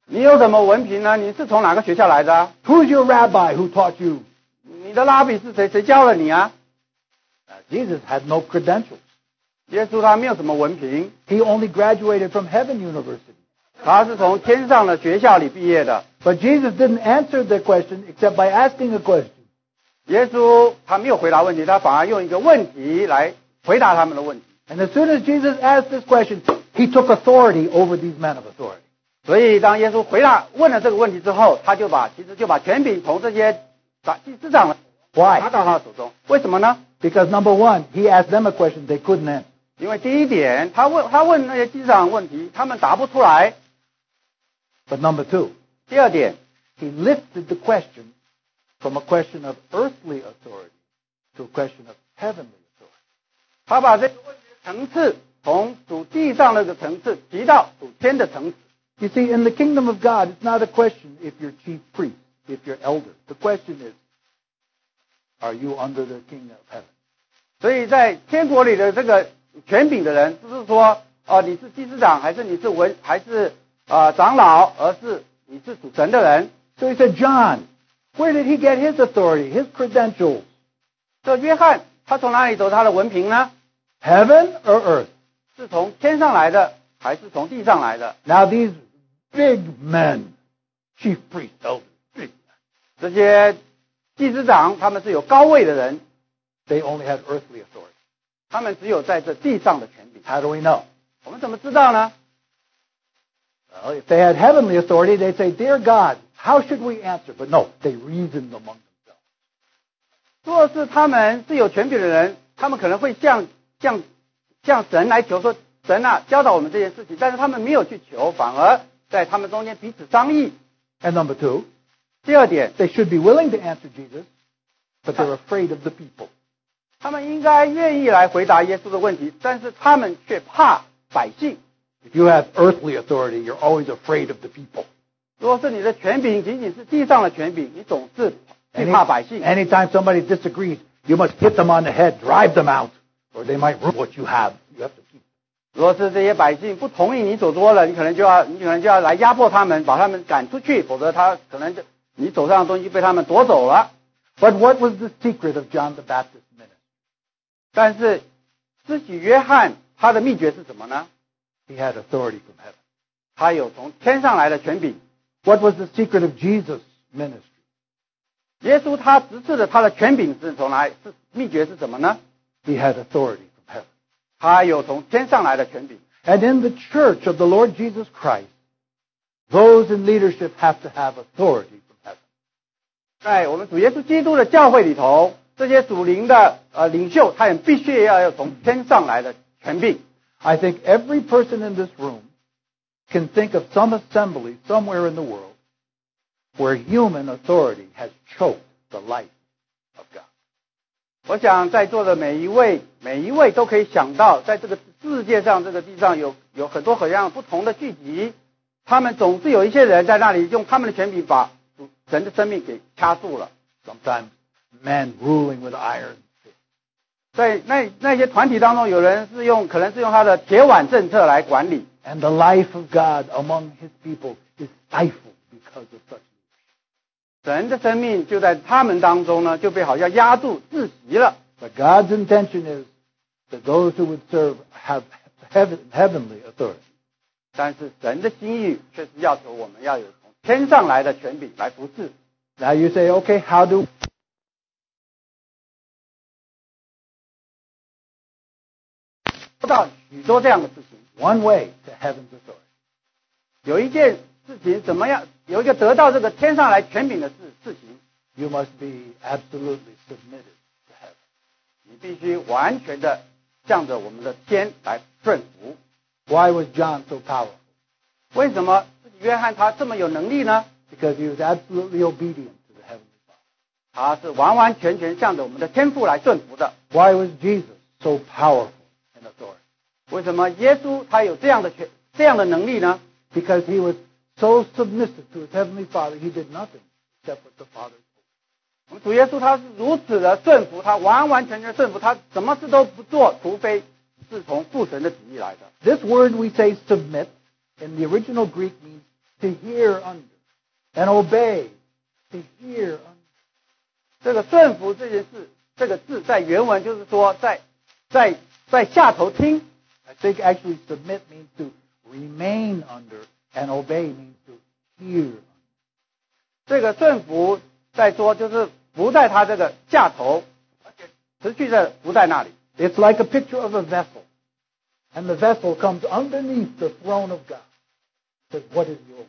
你有什么文凭呢？你是从哪个学校来的啊？ Who's your rabbi who taught you? 你的拉比是谁？谁教了你啊 Now, Jesus had no credentials.？” 耶稣他没有什么文凭， He only graduated from Heaven University. 他是从天上的学校里毕业的。 But Jesus didn't answer the question except by asking a question. 耶稣他没有回答问题，他反而用一个问题来回答他们的问题。 And as soon as Jesus asked this question, he took authority over these men of authority. 所以当耶稣回答问了这个问题之后，他就把其实就把权柄从这些长祭司长拿 Why? 到他的手中。为什么呢？ Because number one, he asked them a question they couldn't answer. 因为第一点，他问他问那些机长问题，他们答不出来。 But number two, 第二点， he lifted the question from a question of earthly authority to a question of heavenly authority. 他把这个问题的层次从属地上那个层次提到属天的层次。 You see, in the kingdom of God, it's not a question if you're chief priest, if you're elder. The question is, are you under the king of heaven? 所以在天国里的这个权柄的人，不是说哦、你是祭司长，还是你是文，还是啊、呃长老，而是你是属神的人。 So he said, John, Where did he get his authority, his credentials? 这约翰他从哪里得他的文凭呢？ Heaven or earth? 是从天上来的，还是从地上来的？ Now these big men, chief priests, elders, big, 这些祭司长他们是有高位的人， they only had earthly authority. 他们只有在这地上的权柄。 How do we know? 我们怎么知道呢？ Well, if they had heavenly authority, they'd say, Dear God, how should we answer? But no, they reasoned among themselves. 若是他们是有权柄的人，他们可能会向向向神来求说：“神啊，教导我们这件事情。”但是他们没有去求，反而在他们中间彼此商议。 And number two, 第二点， they should be willing to answer Jesus, but they're afraid of the people. 他们应该愿意来回答耶稣的问题，但是他们却怕百姓。 If you have earthly authority, you're always afraid of the people. 如果是你的权柄仅仅是地上的权柄，你总是惧 Any- 怕百姓。 anytime somebody disagrees, you must hit them on the head, drive them out, or they might ruin what you have. You have to keep. 如果是这些百姓不同意你所说的，你可能就要你可能就要来压迫他们，把他们赶出去，否则他可能就你手上的东西被他们夺走了。 But what was the secret of John the Baptist's ministry? 但是，施洗约翰他的秘诀是什么呢？ He had authority from heaven. 他有从天上来的权柄。 What was the secret of Jesus' ministry? 耶稣他执事的他的权柄是从哪里？是秘诀是什么呢？ He had authority from heaven. 他有从天上来的权柄。 And in the church of the Lord Jesus Christ, those in leadership have to have authority from heaven. 在我们主耶稣基督的教会里头，这些属灵的呃领袖，他也必须要有从天上来的权柄。 I think every person in this room can think of some assembly somewhere in the world where human authority has choked the life of God. 我想在座的每一位，每一位都可以想到，在这个世界上这个地上有有很多很样不同的聚集，他们总是有一些人在那里用他们的权柄把人的生命给掐住了。 Sometimes men ruling with iron. 在那那些团体当中，有人是用可能是用他的铁腕政策来管理， And the life of God among his people is stifled because of such. 人的生命就在他们当中呢就被好像压住窒息了。 But God's intention is that those who would serve have heaven, heavenly authority. 但是神的心意却是要求我们要有从天上来的权柄来服侍。 Now you say, okay, how do 说到许多这样的事情， one way to heaven's authority? 有一件事情怎么样？有一个得到这个天上来权柄的事事情， You must be absolutely submitted to heaven. 你必须完全的向着我们的天来顺服。 Why was John so powerful? 为什么约翰他这么有能力呢？ Because he was absolutely obedient to the heavenly Father. 他是完完全全向着我们的天父来顺服的。 Why was Jesus so powerful in authority? 为什么耶稣他有这样的权这样的能力呢？ Because he was so submissive to his heavenly Father, he did nothing except what the Father told. 我们主耶稣他是如此的顺服，他完完全全顺服，他什么事都不做，除非是从父神的旨意来的。 him. This word we say submit in the original Greek means to hear under and obey. To hear under. 这个顺服这件事，这个字在原文就是说在在在下头听， I think actually submit means to remain under and obey means to hear under. 这个顺服在说就是不在他这个下头，而且持续的不在那里， It's like a picture of a vessel. And the vessel comes underneath the throne of God. Says, what is your will?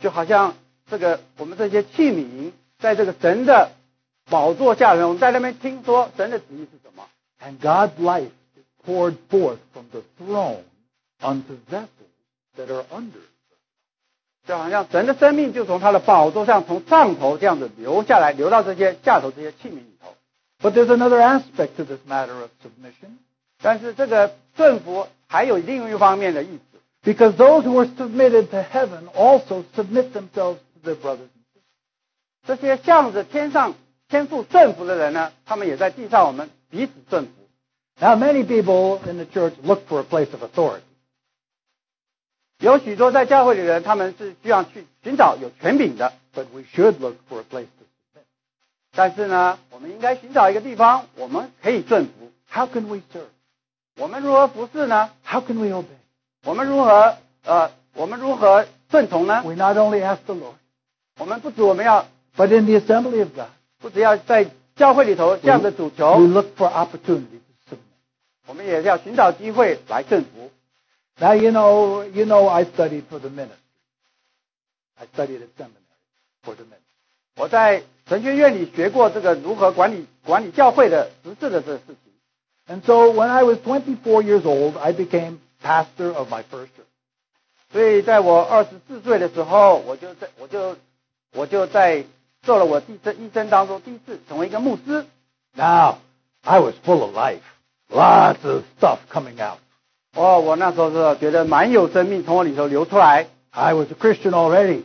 就好像这个我们这些器皿在这个神的宝座下面，我们在那边听说神的旨意是什么。 And God's life is poured forth from the throne unto vessels that are under. 就好像神的生命就从他的宝座上，从上头这样子流下来，流到这些下头这些器皿里头。 But there's another aspect to this matter of submission. 但是这个顺服还有另一方面的意思， Because those who are submitted to heaven also submit themselves to their brothers. 这些向着天上天赋顺服的人呢，他们也在地上我们彼此顺服。 Now, many people in the church look for a place of authority. 有许多在教会里的人，他们是需要去寻找有权柄的， But we should look for a place to submit. 但是呢，我们应该寻找一个地方，我们可以顺服。 How can we serve? 我们如何服侍呢？ How can we obey? 我们如何呃，我们如何顺从呢？ We not only ask the Lord, 我们不止我们要， but in the assembly of God, 不只要在教会里头 we, 向着主 we 求， look for opportunity to submit. 我们也要寻找机会来顺服。 Now you know, you know, I studied for the ministry. I studied at seminary for the ministry. 我在神学院里学过这个如何管理管理教会的实质的这个事情。 And so when I was 24 years old, I became pastor of my first church. 所以在我二十四岁的时候，我就在我就我就在做了我第一生一生当中第一次成为一个牧师。 Now, I was full of life. Lots of stuff coming out. 哦，我那时候是觉得蛮有生命从我里头流出来。 I was a Christian already.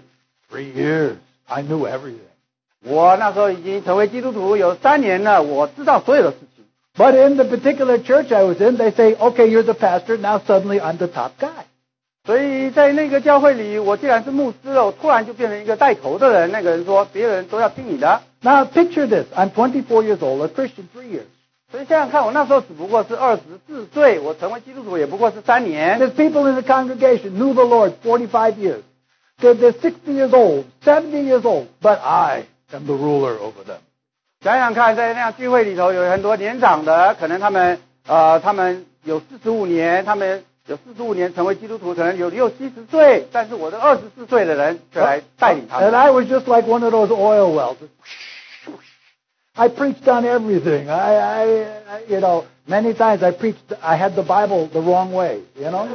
Three years. I knew everything. 我那时候已经成为基督徒有三年了，我知道所有的事情。 But in the particular church I was in, they say, okay, you're the pastor. Now suddenly I'm the top guy. 所以在那个教会里，我既然是牧师了，我突然就变成一个带头的人。那个人说，别人都要听你的。 Now picture this. I'm 24 years old, a Christian three years. 所以想想看，我那时候只不过是二十四岁，我成为基督徒也不过是三年 And。there's people in the congregation knew the Lord 45 years. They're, they're 60 years old, 70 years old, but I am the ruler over them. 想想看，在那样聚会里头，有很多年长的，可能他们呃，他们有四十五年，他们有四十五年成为基督徒，可能有六七十岁，但是我这二十四岁的人却来带领他 And I 们。 was just like one of those oil wells. I preached on everything. I, I, I, you know, many times I preached. I had the Bible the wrong way. You know,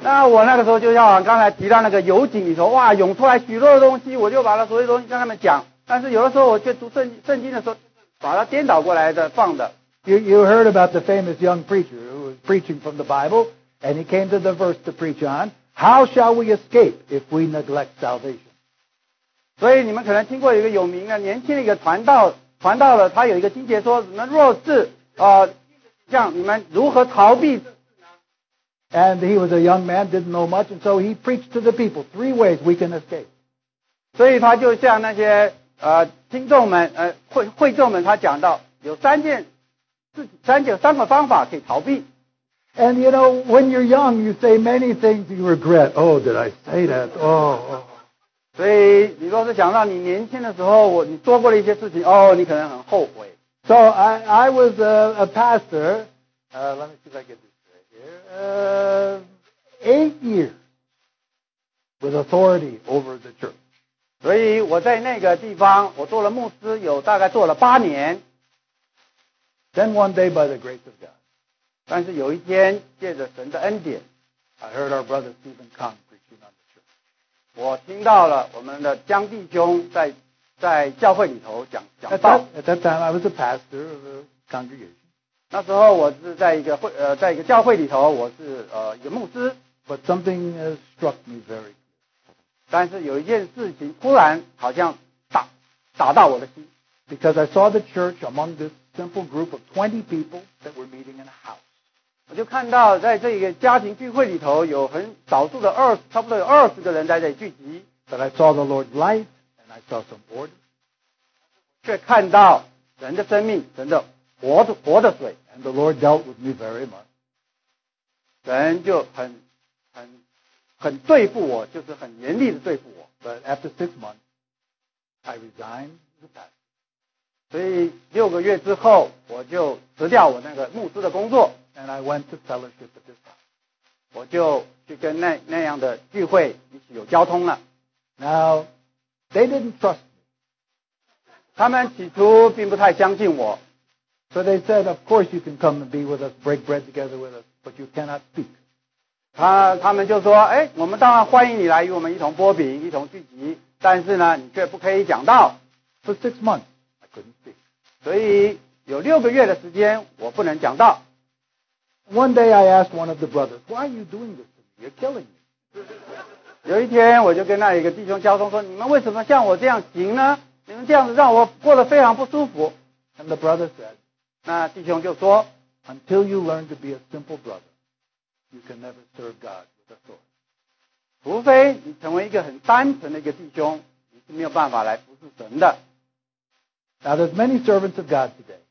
那我那个时候就像刚才提到那个油井里头，哇，涌出来许多的东西，我就把它所有东西跟他们讲。但是有的时候我去读圣圣经的时候，把它颠倒过来的放的。 you you heard about the famous young preacher who was preaching from the Bible, and he came to the verse to preach on. How shall we escape if we neglect salvation? 所以你们可能听过有一个有名的年轻的一个传道，传道了，他有一个经节说：你们若是呃，像你们如何逃避？ And he was a young man, didn't know much, and so he preached to the people three ways we can escape. 所以他就像那些呃听众们呃会会众们，他讲到有三件事，三件三个方法可以逃避。 And you know, when you're young, you say many things you regret. Oh, did I say that? Oh, oh. 所以你若是想到你年轻的时候，我你做过的一些事情，哦，你可能很后悔。 So I, I was a, a pastor. Uh, let me see if I get this right here. Uh, eight years with authority over the church. 所以我在那个地方，我做了牧师，有大概做了八年。 Then one day, by the grace of God, 但是有一天，借着神的恩典， I heard our brother Stephen Kong preaching on the church. 我听到了我们的江弟兄在在教会里头讲讲 At 道 that,。at that time, I was a pastor of a congregation. 那时候我是在一个会呃，在一个教会里头，我是呃一个牧师。 But something uh, struck me very 但是有一件事情突然好像打打到我的心， because I saw the church among this simple group of 20 people that were meeting in a house. 我就看到在这个家庭聚会里头有很少数的二，差不多有二十个人在这里聚集， But I saw the Lord's light and I saw some order 却看到人的生命，神的活的活的水， and the Lord dealt with me very much. 神就很很很对付我，就是很严厉的对付我。 But after six months, I resigned as a pastor. 所以六个月之后，我就辞掉我那个牧师的工作， and I went to fellowship at this house. 我就去跟那那样的聚会一起有交通了。 Now, they didn't trust me. 他们起初并不太相信我， So they said, of course you can come and be with us, break bread together with us, but you cannot speak. 他他们就说：“哎，我们当然欢迎你来与我们一同剥饼，一同聚集，但是呢，你却不可以讲道。 For six months, I couldn't speak. 所以有六个月的时间，我不能讲道。 One day I asked one of the brothers, why are you doing this to me? You're killing me. 有一天，我就跟那一个弟兄交通说：‘你们为什么像我这样行呢？你们这样子让我过得非常不舒服。 And the brother said, ’那弟兄就说 until you learn to be a simple brother, you can never serve God. 的所。除非你成为一个很单纯的一个弟兄，你是没有办法来服侍神的。 Now, there's many servants of God today,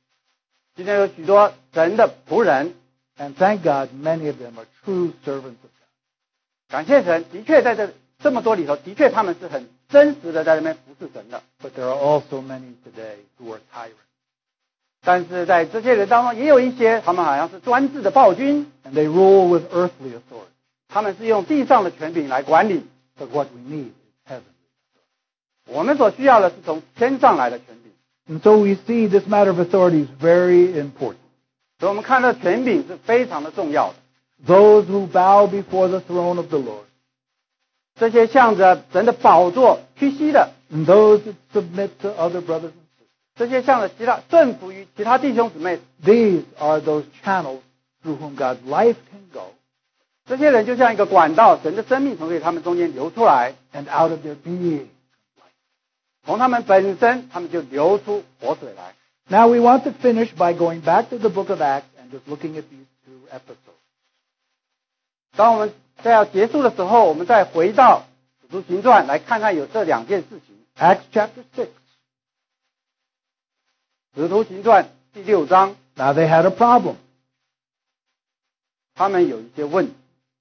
今天有许多神的仆人， and thank God many of them are true servants of God. 感谢神，的确在这这么多里头，的确他们是很真实的在那边服侍神的。 But there are also many today who are tyrants, 但是在这些人当中，也有一些他们好像是专制的暴君， and they rule with earthly authority. 他们是用地上的权柄来管理。 But what we need is heavenly. 我们所需要的是从天上来的权柄， And so we see this matter of authority is very important. 所以我们看到权柄是非常的重要的。 Those who bow before the throne of the Lord, 这些向着神的宝座屈膝的， and those that submit to other brothers and sisters, 这些向着其他顺服于其他弟兄姊妹， these are those channels through whom God's life can go, 这些人就像一个管道，神的生命从给他们中间流出来， and out of their being. 从他们本身，他们就流出活水来。 Now we want to finish by going back to the book of Acts and just looking at these two episodes. 当我们在要结束的时候，我们再回到《使徒行传》来看看有这两件事情。 Acts chapter 6. 《使徒行传》第六章， Now they had a problem. 他们有一些问题。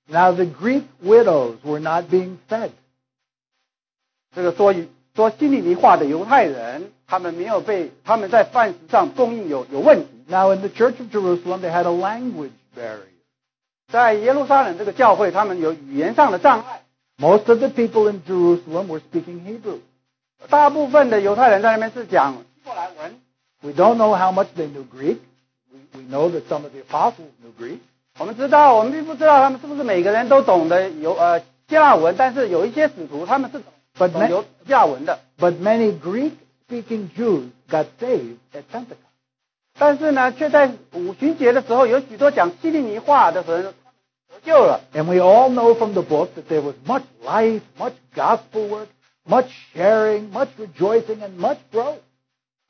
Now the Greek widows were not being fed. 这个说与说心里迷话的犹太人，他们没有被他们在饭食上供应有有问题。 Now in the church of Jerusalem they had a language barrier. 在耶路撒冷这个教会，他们有语言上的障碍。 Most of the people in Jerusalem were speaking Hebrew. 大部分的犹太人在那边是讲希伯来文， We don't know how much they knew Greek. We, we know that some of the apostles knew Greek. 我们知道，我们并不知道他们是不是每个人都懂得犹呃希腊文，但是有一些使徒他们是懂 But 懂 ma- 犹亚文的。 but many Greek-speaking Jews got saved at Pentecost. 但是呢，却在五旬节的时候，有许多讲希利尼话的人得救了。 And we all know from the book that there was much life, much gospel work, much sharing, much rejoicing, and much growth.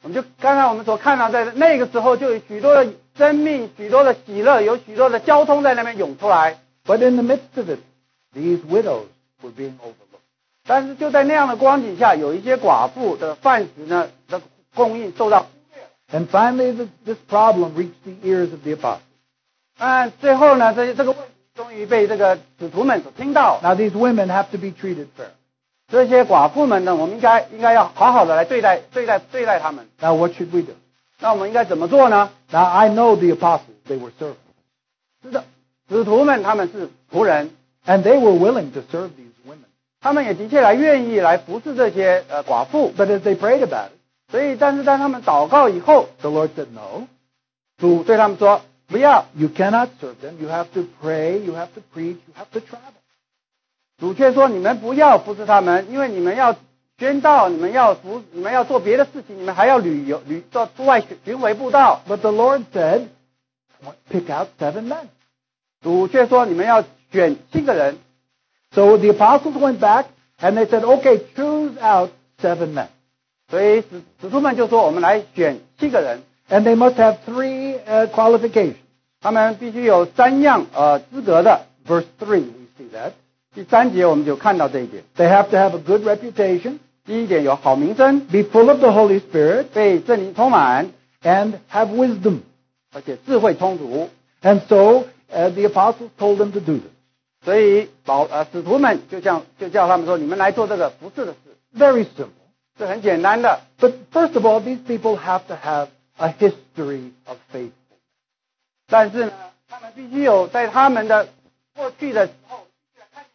我们就刚才我们所看到，在那个时候就有许多的生命、许多的喜乐，有许多的交通在那边涌出来。 But in the midst of it, these widows were being overlooked. 但是就在那样的光景下，有一些寡妇的饭食呢的供应受到， And finally, th- this problem reached the ears of the apostles. 嗯，最后呢，这这个问题终于被这个使徒们所听到。 Now, these women have to be treated fairly. 这些寡妇们呢，我们应该应该要好好的来对待对待对待他们。 Now, what should we do? 那我们应该怎么做呢？ Now, I know the apostles, they were servants. 是的，使徒们他们是仆人， And they were willing to serve these women. 他们也的确来愿意来服侍这些呃寡妇。 But as they prayed about it, 所以，但是当他们祷告以后， the Lord said, no, 主对他们说：“不要。 you cannot serve them. You have to pray, you have to preach, you have to travel. ”主却说：“你们不要服侍他们，因为你们要宣道，你们要服，你们要做别的事情，你们还要旅游、旅到出外巡巡回布道。 But the Lord said, pick out seven men. ”主却说：“你们要选七个人。 So the apostles went back and they said, okay, choose out seven men. ”所以使使徒们就说：“我们来选七个人， And they must have three uh, qualifications. 他们必须有三样呃资格的。 Verse 3, we see that. ”第三节我们就看到这一点。 They have to have a good reputation, 第一点有好名声， be full of the Holy Spirit, 被圣灵充满， and have wisdom. 而且智慧充足。 And so uh, the apostles told them to do this. 所以保呃使徒们就像就叫他们说：“你们来做这个服侍的事， Very simple. 是很简单的。 But first of all, these people have to have a history of faith. 但是呢，他们必须有在他们的过去的时候，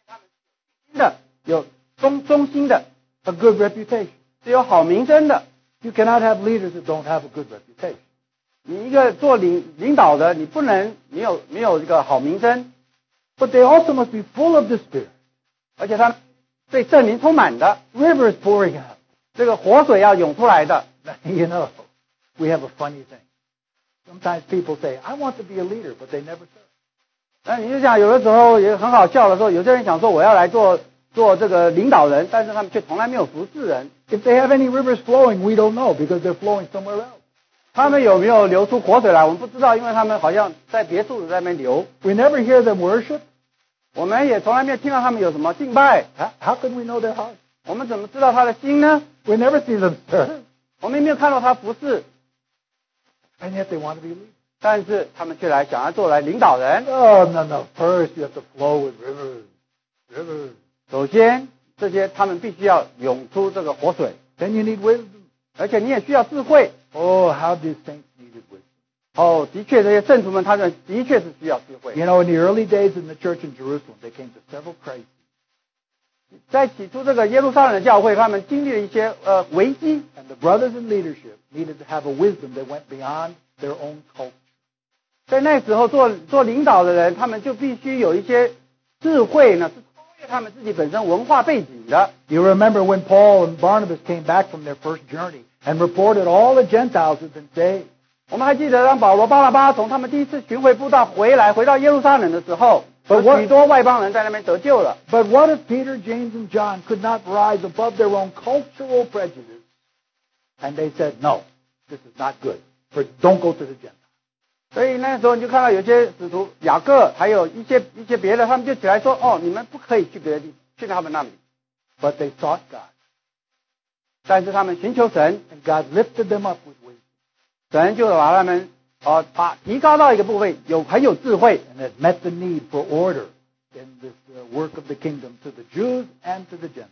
看见他们是有信心的，有忠忠心的， a good reputation. 是有好名声的。 You cannot have leaders that don't have a good reputation. 你一个做领领导的，你不能没有没有这个好名声， But they also must be full of the Spirit. 而且他对圣灵充满的， River is pouring out. 这个活水要涌出来的。 You know, we have a funny thing. Sometimes people say, I want to be a leader, but they never serve. 那你就想，有的时候也很好笑的时候，有些人想说我要来做做这个领导人，但是他们却从来没有服侍人。 If they have any rivers flowing, we don't know because they're flowing somewhere else. 他们有没有流出活水来，我们不知道，因为他们好像在别处在那边流。 We never hear them worship. 我们也从来没有听到他们有什么敬拜。 How, how can we know their heart? 我们怎么知道他的心呢？ We never see them serve, 我们也没有看到他服侍， and yet they want to be leaders. 但是他们却来想要做来领导人。 Oh, no, no. First, you have to flow with rivers. Rivers. 首先，这些他们必须要涌出这个活水， Then you need wisdom. 而且你也需要智慧。 Oh, how these saints needed wisdom. 哦，的确，这些圣徒们他们的确是需要智慧。 You know, in the early days in the church in Jerusalem, they came to several crises. 在起初这个耶路撒冷的教会，他们经历了一些呃危机， And the brothers in leadership needed to have a wisdom that went beyond their own culture. 在那时候做做领导的人，他们就必须有一些智慧呢，是超越他们自己本身文化背景的。 You remember when Paul and Barnabas came back from their first journey and reported all the Gentiles had been saved. 我们还记得，当保罗、巴拉巴从他们第一次巡回布道回来，回到耶路撒冷的时候，有 But what- 许多外邦人在那边得救了。 But what if Peter, James, and John could not rise above their own cultural prejudice? And they said, no, this is not good. For don't go to the Gentiles. 所以那时候你就看到有些使徒雅各，还有一些一些别的，他们就起来说：“哦，你们不可以去别的地，去他们那里。 But they sought God. ”但是他们寻求神， And God lifted them up with wisdom. 神就把他们呃把提高到一个部位，有很有智慧， And it met the need for order in this uh, work of the kingdom to the Jews and to the Gentiles.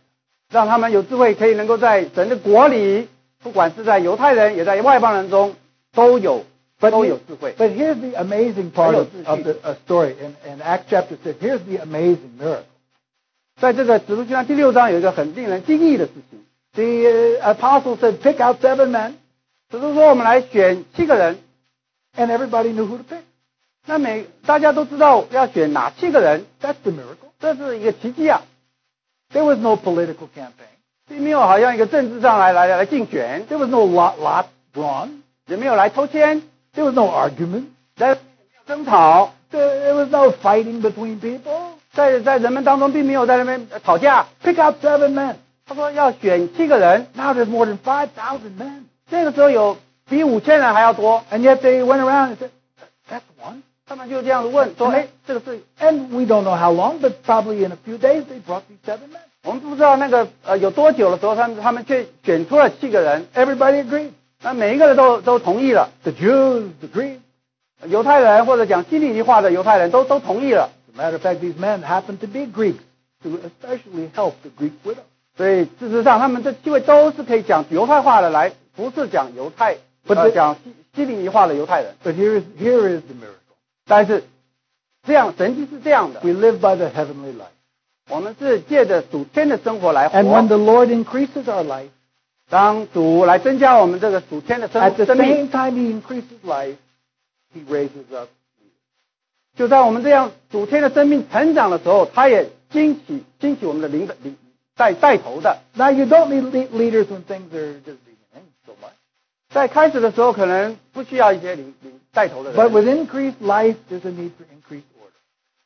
让他们有智慧，可以能够在神的国里，不管是在犹太人，也在外邦人中，都有 But, 都 he- 有智慧。 but here's the amazing part of, Ayun, of the uh, story in, in Acts chapter 6. Here's the amazing miracle. 在这个《使徒行传》第六章有一个很令人惊异的事情， The uh, apostle said, pick out seven men, 使徒说：“我们来选七个人。 and everybody knew who to pick. ”那每大家都知道要选哪七个人， That's the miracle. 这是一个奇迹啊！ There was no political campaign. 并没有好像一个政治上来来来竞选， There was no lot, lot drawn. 也没有来抽签， There was no argument. 在争吵， There, there was no fighting between people. 在在人们当中并没有在那边呃吵架。 Pick out seven men. 他说要选七个人， Now there's more than 5,000 men. 那个时候有比五千人还要多。 And yet they went around and said, that's one. 他们就这样子问说：“哎，这个是 And we don't know how long, but probably in a few days they brought these seven men. 我们不知道那个呃有多久的时候，他们他们却选出了七个人， Everybody agreed. 那每一个人都都同意了。 The Jews, the Greeks. 犹太人或者讲希利尼话的犹太人都都同意了， As a matter of fact, these men happened to be Greeks to especially help the Greek widow. 所以事实上他们这七位都是可以讲犹太话的来，不是讲犹太不是呃讲希希利尼话的犹太人。 But here is, here is the miracle. 但是这样神迹是这样的， We live by the heavenly life. 我们是借着主天的生活来 And when 活。 the Lord increases our life, 当主来增加我们这个主天的 at 生 the 生命， same time He increases life, He raises up. 就在我们这样主天的生命成长的时候，他也惊喜惊喜我们的领导领带带头的。 Now you don't need le- leaders when things are just beginning so much. 在开始的时候，可能不需要一些领领带头的人，But with increased life, there's a need for increased order.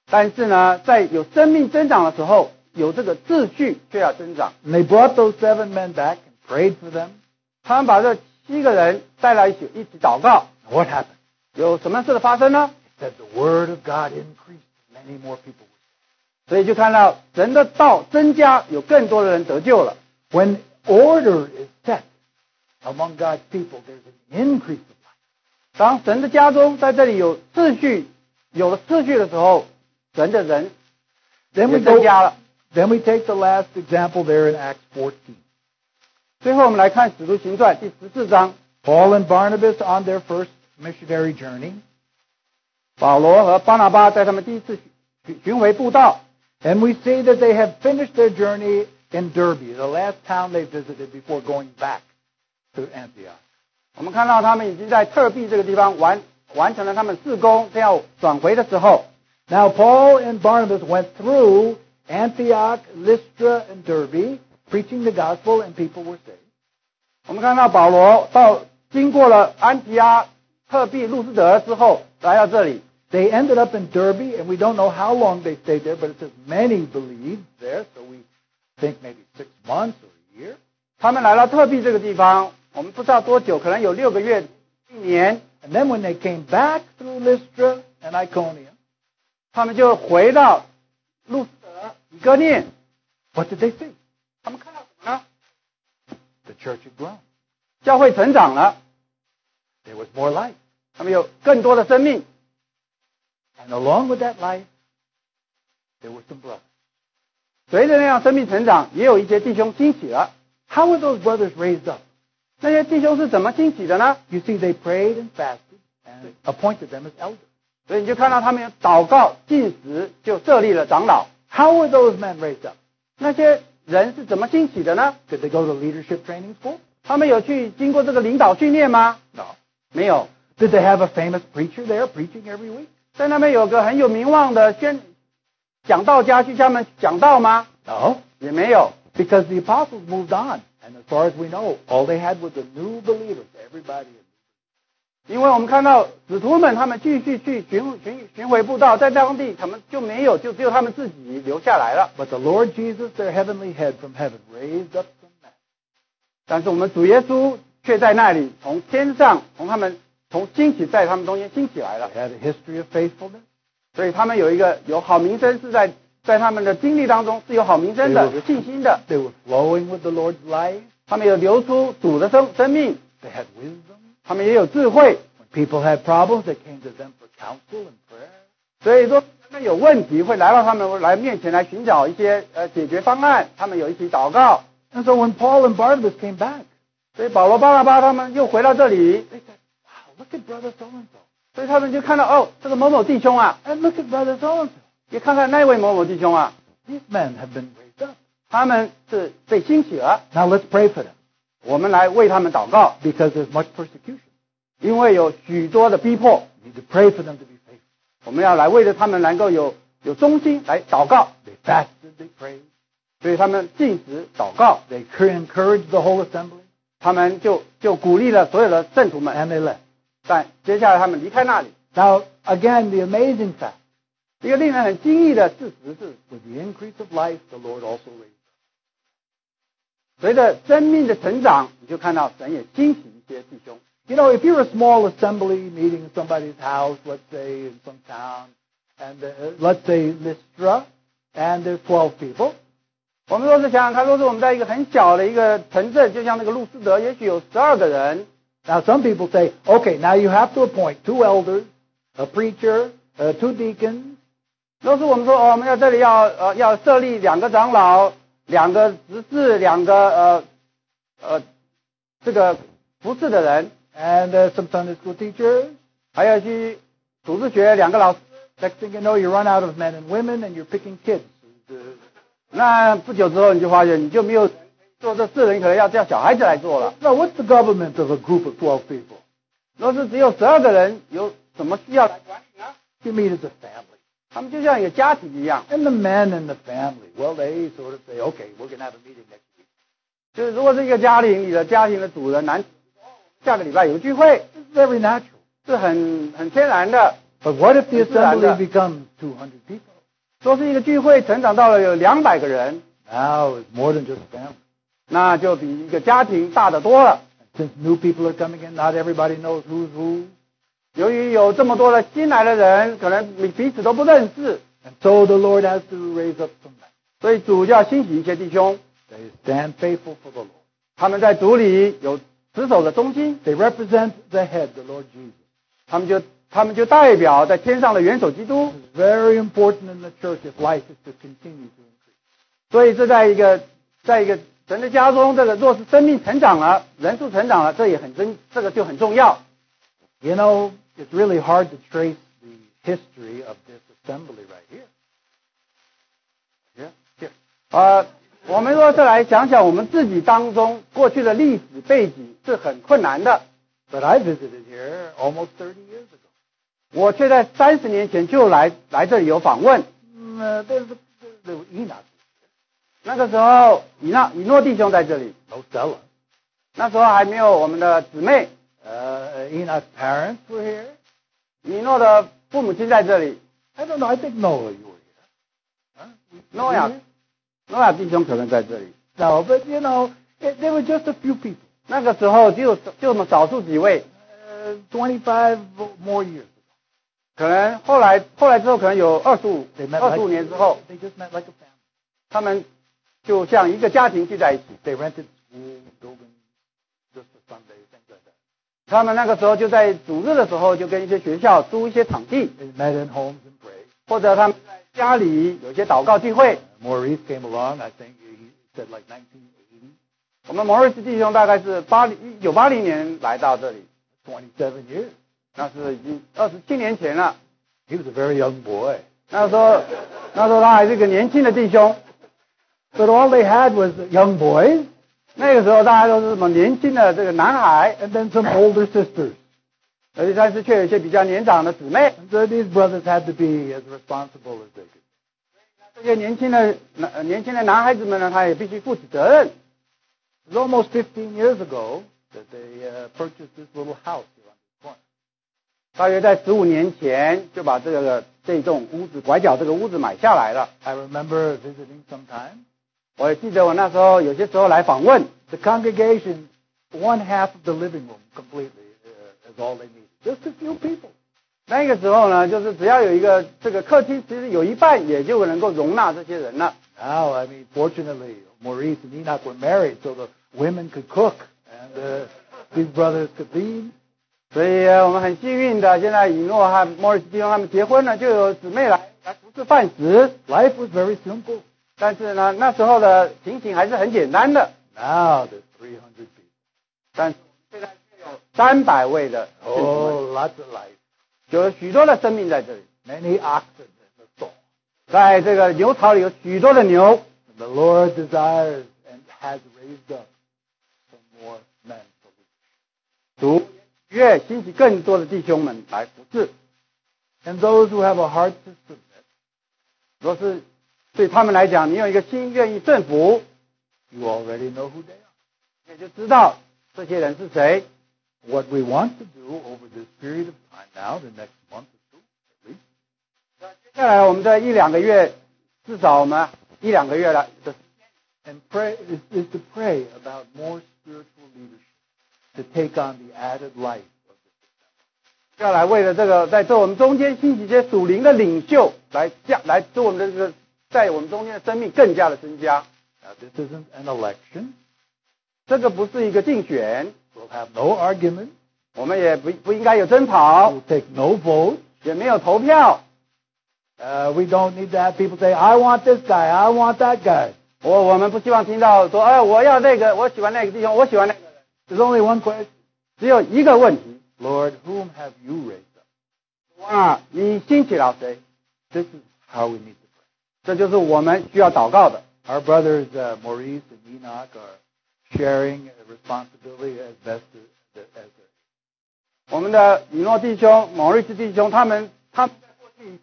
但是呢，在有生命增长的时候，有这个秩序就要增长。 And they brought those seven men back and prayed for them. 他们把这七个人带来一起一起祷告， And what happened? 有什么事的发生呢？ It said the word of God increased. Many more people. were 所以就看到人的道增加，有更多的人得救了。 saved. When order is set among God's people, there's an increase of life. 当神的家中在这里有秩序，有了秩序的时候，神的人 Then we 也增加 go. 了。 Then we take the last example there in Acts 14. 最后我们来看《使徒行传》第十四章， Paul and Barnabas on their first missionary journey. 保罗和巴拿巴在他们第一次巡巡回布道， And we see that they have finished their journey in Derby, the last town they visited before going back to Antioch. 我们看到他们已经在特币这个地方完完成了他们四工，正要转回的时候， Now, Paul and Barnabas went through Antioch, Lystra, and Derbe, preaching the gospel, and people were saved. 我们看到保罗到经过了安提阿、特币、路斯德之后，来到这里， They ended up in Derby, and we don't know how long they stayed there, but it says many believed there, so we think maybe six months or a year. 他们来到特币这个地方，我们不知道多久，可能有六个月、一年， And then when they came back through Lystra and Iconium, 他们就回到路德、以哥念， What did they see? 他们看到什么呢？ The church had grown. 教会成长了， There was more life. 他们有更多的生命， And along with that life, there were some brothers. 随着那样生命成长，也有一些弟兄兴起了。 How were those brothers raised up? 那些弟兄是怎么兴起的呢？ You see, they prayed and fasted and appointed them as elders. 所以你就看到他们有祷告、进食，就设立了长老。 How were those men raised up? 那些人是怎么兴起的呢？ Did they go to leadership training school? 他们有去经过这个领导训练吗？ No. 没有， Did they have a famous preacher there preaching every week? 在那边有个很有名望的宣讲道家去下面讲道吗？ No. 也没有， Because the apostles moved on. And as far as we know, all they had was the new believers. Everybody. 因为我们看到使徒们他们继续去巡巡巡回布道，在当地他们就没有，就只有他们自己留下来了。 But the Lord Jesus, their heavenly head from heaven, raised up some men. 但是我们主耶稣却在那里从天上从他们从兴起在他们中间兴起来了， They had a history of faithfulness. 所以他们有一个有好名声是在在他们的经历当中是有好名声的，有信心的， They were flowing with the Lord's life. 他们有流出主的生生命， They had wisdom. 他们也有智慧， When people had problems, they came to them for counsel and prayer. 所以说他们有问题会来到他们来面前来寻找一些呃解决方案，他们有一起祷告， And so when Paul and Barnabas came back, 所以保罗、巴拉巴他们又回到这里， they said, Wow, look at brother so and so. 所以他们就看到哦，这个某某弟兄啊， And look at brother so and so. 也看看那位某某弟兄啊， These men have been raised up. 他们是被兴起了， Now let's pray for them 我们来为他们祷告， because there's much persecution. 因为有许多的逼迫， We need to pray for them to be faithful. 我们要来为了他们能够有有忠心来祷告， They fasted, they prayed, 所以他们禁止祷告， they cur- encouraged the whole assembly, 他们就就鼓励了所有的圣徒们， and they left. 但接下来他们离开那里。 Now, again, the amazing fact 一个令人很惊异的事实是， with the increase of life, the Lord also raised. up. 随着生命的成长，你就看到神也兴起一些弟兄。 You know, if you're a small assembly meeting in somebody's house, let's say in some town, and uh, let's say Lystra, and there's 12 people, 我们若是想想看，若是我们在一个很小的一个城镇，就像那个路斯德，也许有十二个人， Now, some people say, okay, now you have to appoint two elders, a preacher, uh, two deacons, 若是我们说，哦，我们要这里要呃要设立两个长老、两个执事、两个呃呃这个服侍的人， and uh, some Sunday school teachers. 还要去组织学两个老师， Next thing you know, you run out of men and women, and you're picking kids. 那不久之后你就发现你就没有做这事了，你可能要叫小孩子来做了。 Now, what's the government of a group of 12 people? 若是只有十二个人，有什么需要来管理呢？ You meet as a family. 他们就像一个家庭一样， And the men in the family, well, they sort of say, okay, we're going to have a meeting next week. 就是如果是一个家庭里的家庭的主人男，下个礼拜有聚会 This is very natural. 是很很天然的。 But what if the This is like that. assembly becomes 200 people? 说是一个聚会成长到了有两百个人， Now it's more than just family. 那就比一个家庭大得多了。 Since new people are coming in, not everybody knows who's who. 由于有这么多的新来的人，可能彼彼此都不认识， And so the Lord has to raise up some men. 所以主就要兴起一些弟兄， They stand faithful for the Lord. 他们在主里有持守的忠心， They represent the head, the Lord Jesus. 他们就他们就代表在天上的元首基督。 This is very important in the church if life is to continue to increase. 所以这在一个在一个神的家中，这个若是生命成长了，人数成长了，这也很真，这个就很重要。 You know, it's really hard to trace the history of this assembly right here. Yeah? Here. 呃，我们若是来想想我们自己当中过去的历史背景是很困难的。 But I visited here almost 30 years ago. 我却在三十年前就来来这里有访问， Mm, uh, there's a, there were Enoch, 那个时候以诺以诺弟兄在这里， no Stella. 那时候还没有我们的姊妹， Uh, Enoch's parents were here. 以诺的父母亲在这里， I don't know. I think Noah, you were here. Huh? Noah.诺嗯亚弟兄可能在这里。 No, but you know, it, there were just a few people. 那个时候只有就我们少数几位， Uh, 25 more years. 可能后来后来之后，可能有二十五 They met 二十五 like 年之后， they just met like a family. 他们就像一个家庭聚在一起。 They rented school buildings just for Sundays, things like that. 他们那个时候就在主日的时候，就跟一些学校租一些场地， They met in homes and prayed. 或者他们在家里有一些祷告聚会。 Maurice came along, I think he said like 1980, 我们摩瑞斯弟兄大概是八零一九八零年来到这里， 27 years. 那是已经二十七年前了。 He was a very young boy. 那时候那时候他还是个年轻的弟兄， But all they had was young boys 那个时候大家都是什么年轻的这个男孩， and then some older sisters. 而且但是却有一些比较年长的姊妹。 And so these brothers had to be as responsible as they could. 这些年轻的男呃年轻的男孩子们呢，他也必须负起责任。 It was almost 15 years ago that they uh, purchased this little house here on this corner. 大约在十五年前就把这个这栋屋子拐角这个屋子买下来了。 I remember visiting sometime. 我也记得我那时候有些时候来访问， The congregation, one half of the living room completely uh, is all they needed. Just a few people. 那个时候呢，就是只要有一个这个客厅，其实有一半也就能够容纳这些人了。 Now, I mean, fortunately, Maurice and Enoch were married, so the women could cook and uh, these brothers could lead. 所以呃我们很幸运的，现在以诺和莫里斯弟兄他们结婚了，就有姊妹来来服侍饭食。 Life was very simple. 但是呢，那时候的情形还是很简单的。 Now there's 300 people. 但是现在却有三百位的信徒们 Oh, lots of life. 有许多的生命在这里， Many oxen in the stall. 在这个牛槽里有许多的牛。 And the Lord desires and has raised up some more men for this. 主越兴起更多的弟兄们来服侍。 And those who have a heart to submit, 若是对他们来讲，你有一个心愿意顺服， you already know who they are. 也就知道这些人是谁。 What we want to do over this period of time now, the next month or two, at least, 接下来我们这一两个月，至少我们一两个月了，这 and pray is, is to pray about more spiritual leadership to take on the added life of this. 接下来为了这个，在这我们中间兴起一些属灵的领袖，来加来使我们的这个在我们中间的生命更加的增加。 Now, this isn't an election. 这个不是一个竞选， We'll have no argument. 我们也不不应该有争吵 We'll，take no vote. 也没有投票。 Uh, we don't need to have people say, I want this guy, I want that guy. 我我们不希望听到说，哎，我要那个，我喜欢那个弟兄，我喜欢那个人。 There's only one question. 只有一个问题， Lord, whom have you raised up? 哇，你兴起了谁？ This is how we need to pray. 这就是我们需要祷告的。 Our brothers uh, Maurice and Enoch are sharing a responsibility as best as, as they're able. 我们的以诺弟兄、某瑞斯弟兄，他们他们在过去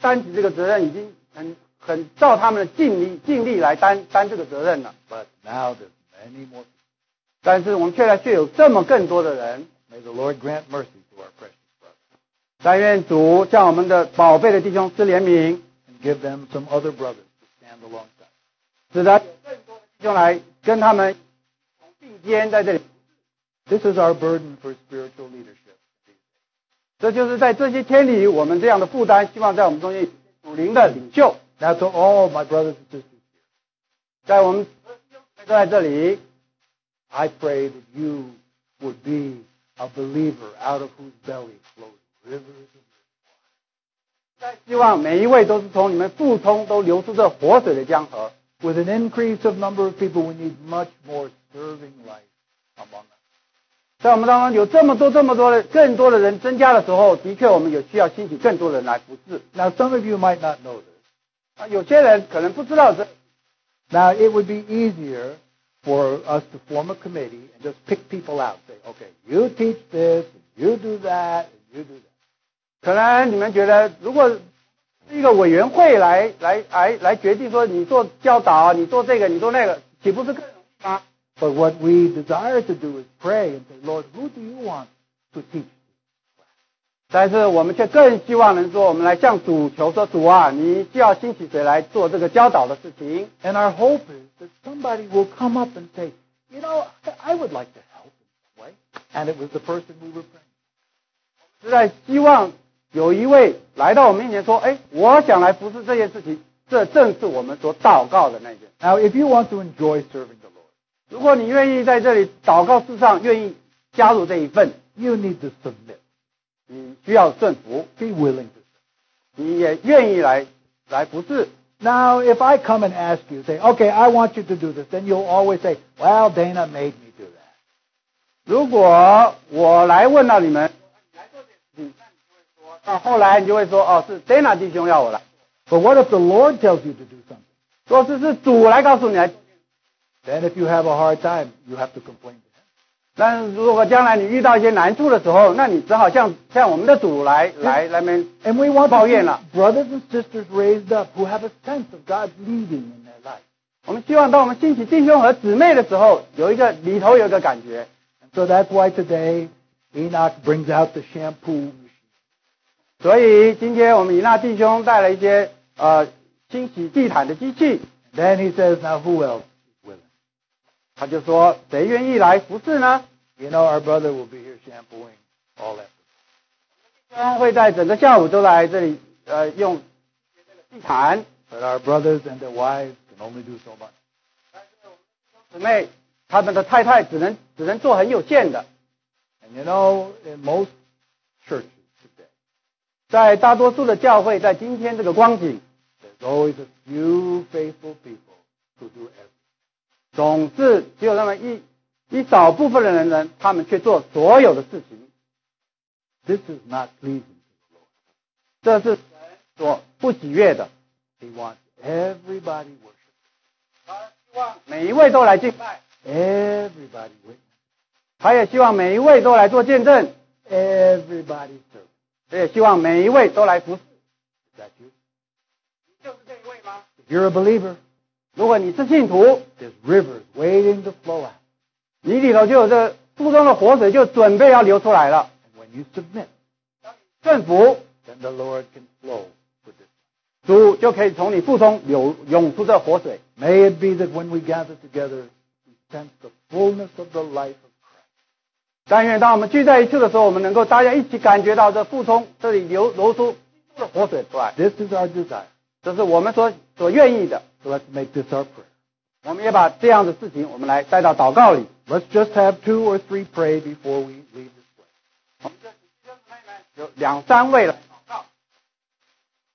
担起这个责任，已经很很照他们的尽力尽力来担担这个责任了。 But now there's many more. 但是我们却来却有这么更多的人， May the Lord grant mercy to our precious brothers 但愿主向我们的宝贝的弟兄施怜悯， and give them some other brothers to stand alongside. 使得有更多的弟兄来跟他们同并肩在这里。 This is our burden for spiritual leadership. 这就是在这些天里，我们这样的负担，希望在我们中间有属灵的领袖， Now to all my brothers and sisters, 在我们都在这里， I pray that you would be a believer out of whose belly flows rivers of 希望每一位都是从你们腹中都流出这活水的江河。 With an increase of number of people, we need much more serving life among us. 在我们当中有这么多、这么多的更多的人增加的时候，的确我们有需要兴起更多的人来服侍。 Now, some of you might not know this. 啊，有些人可能不知道这， Now, it would be easier for us to form a committee and just pick people out. Say, okay, you teach this, and you do that, and you do that. 可能你们觉得如果是一个委员会来来来来决定说你做教导，啊你做这个，你做那个，岂不是更容易吗？ But what we desire to do is pray and say, Lord, who do you want to teach? 但是我们却更希望能说，我们来向主求说，主啊，你需要兴起谁来做这个教导的事情？ And our hope is that somebody will come up and say, you know, I I would like to help in some way. And it was the person we were praying. 实在希望有一位来到我们面前说：“哎，我想来服侍这件事情，这正是我们所祷告的那件。 Now, if you want to enjoy serving the Lord, 如果你愿意在这里祷告世上，愿意加入这一份， you need to submit. 你需要顺服， Be willing to. 你也愿意来来服侍。 Now, if I come and ask you, say, okay, I want you to do this, then you'll always say, well, Dana made me do that. 如果我来问到你们，那后来你就会说：哦，是 Dana 弟兄要我来。 But what if the Lord tells you to do something? 若是是主来告诉你来， Then if you have a hard time, you have to complain to Him. 但是如果将来你遇到一些难处的时候，那你只好向向我们的主来来来面 And we want Paul Yena. to see brothers and sisters raised up who have a sense of God's leading in their life. 我们希望当我们兴起弟兄和姊妹的时候，有一个里头有一个感觉， And so that's why today Enoch brings out the shampoo machine. 所以今天我们以纳弟兄带了一些呃清洗地毯的机器， Then he says, now who else is willing? 他就说谁愿意来服侍呢？ You know, our brother will be here shampooing all afternoon. 弟兄会在整个下午都来这里呃用地毯， But our brothers and their wives can only do so much. 姊妹他们的太太只能只能做很有限的， And you know, in most churches today, 在大多数的教会，在今天这个光景， there's always a few faithful people who do everything. 总是只有那么一一少部分的人呢，他们去做所有的事情， This is not pleasing to the Lord. 这是神所不喜悦的。 He wants everybody worship, 每一位都来敬拜， everybody witness, 他也希望每一位都来做见证， everybody serve. 也希望每一位都来服侍。 Is that you? 就是这一位吗？ If you're a believer, 如果你是信徒， there's rivers waiting to flow out. 你里头就有这腹中的活水，就准备要流出来了。 And when you submit, 顺服 then the Lord can flow with this. 主就可以从你腹中流涌出这活水。 May it be that when we gather together, we sense the fullness of the life of Christ. 但愿当我们聚在一处的时候，我们能够大家一起感觉到这腹中这里流流出基督的活水出来， This is our desire. 这是我们所所愿意的。 So let's make this our prayer. 我们也把这样的事情，我们来带到祷告里。 Let's just have two or three pray before we leave this place. 有两三位了。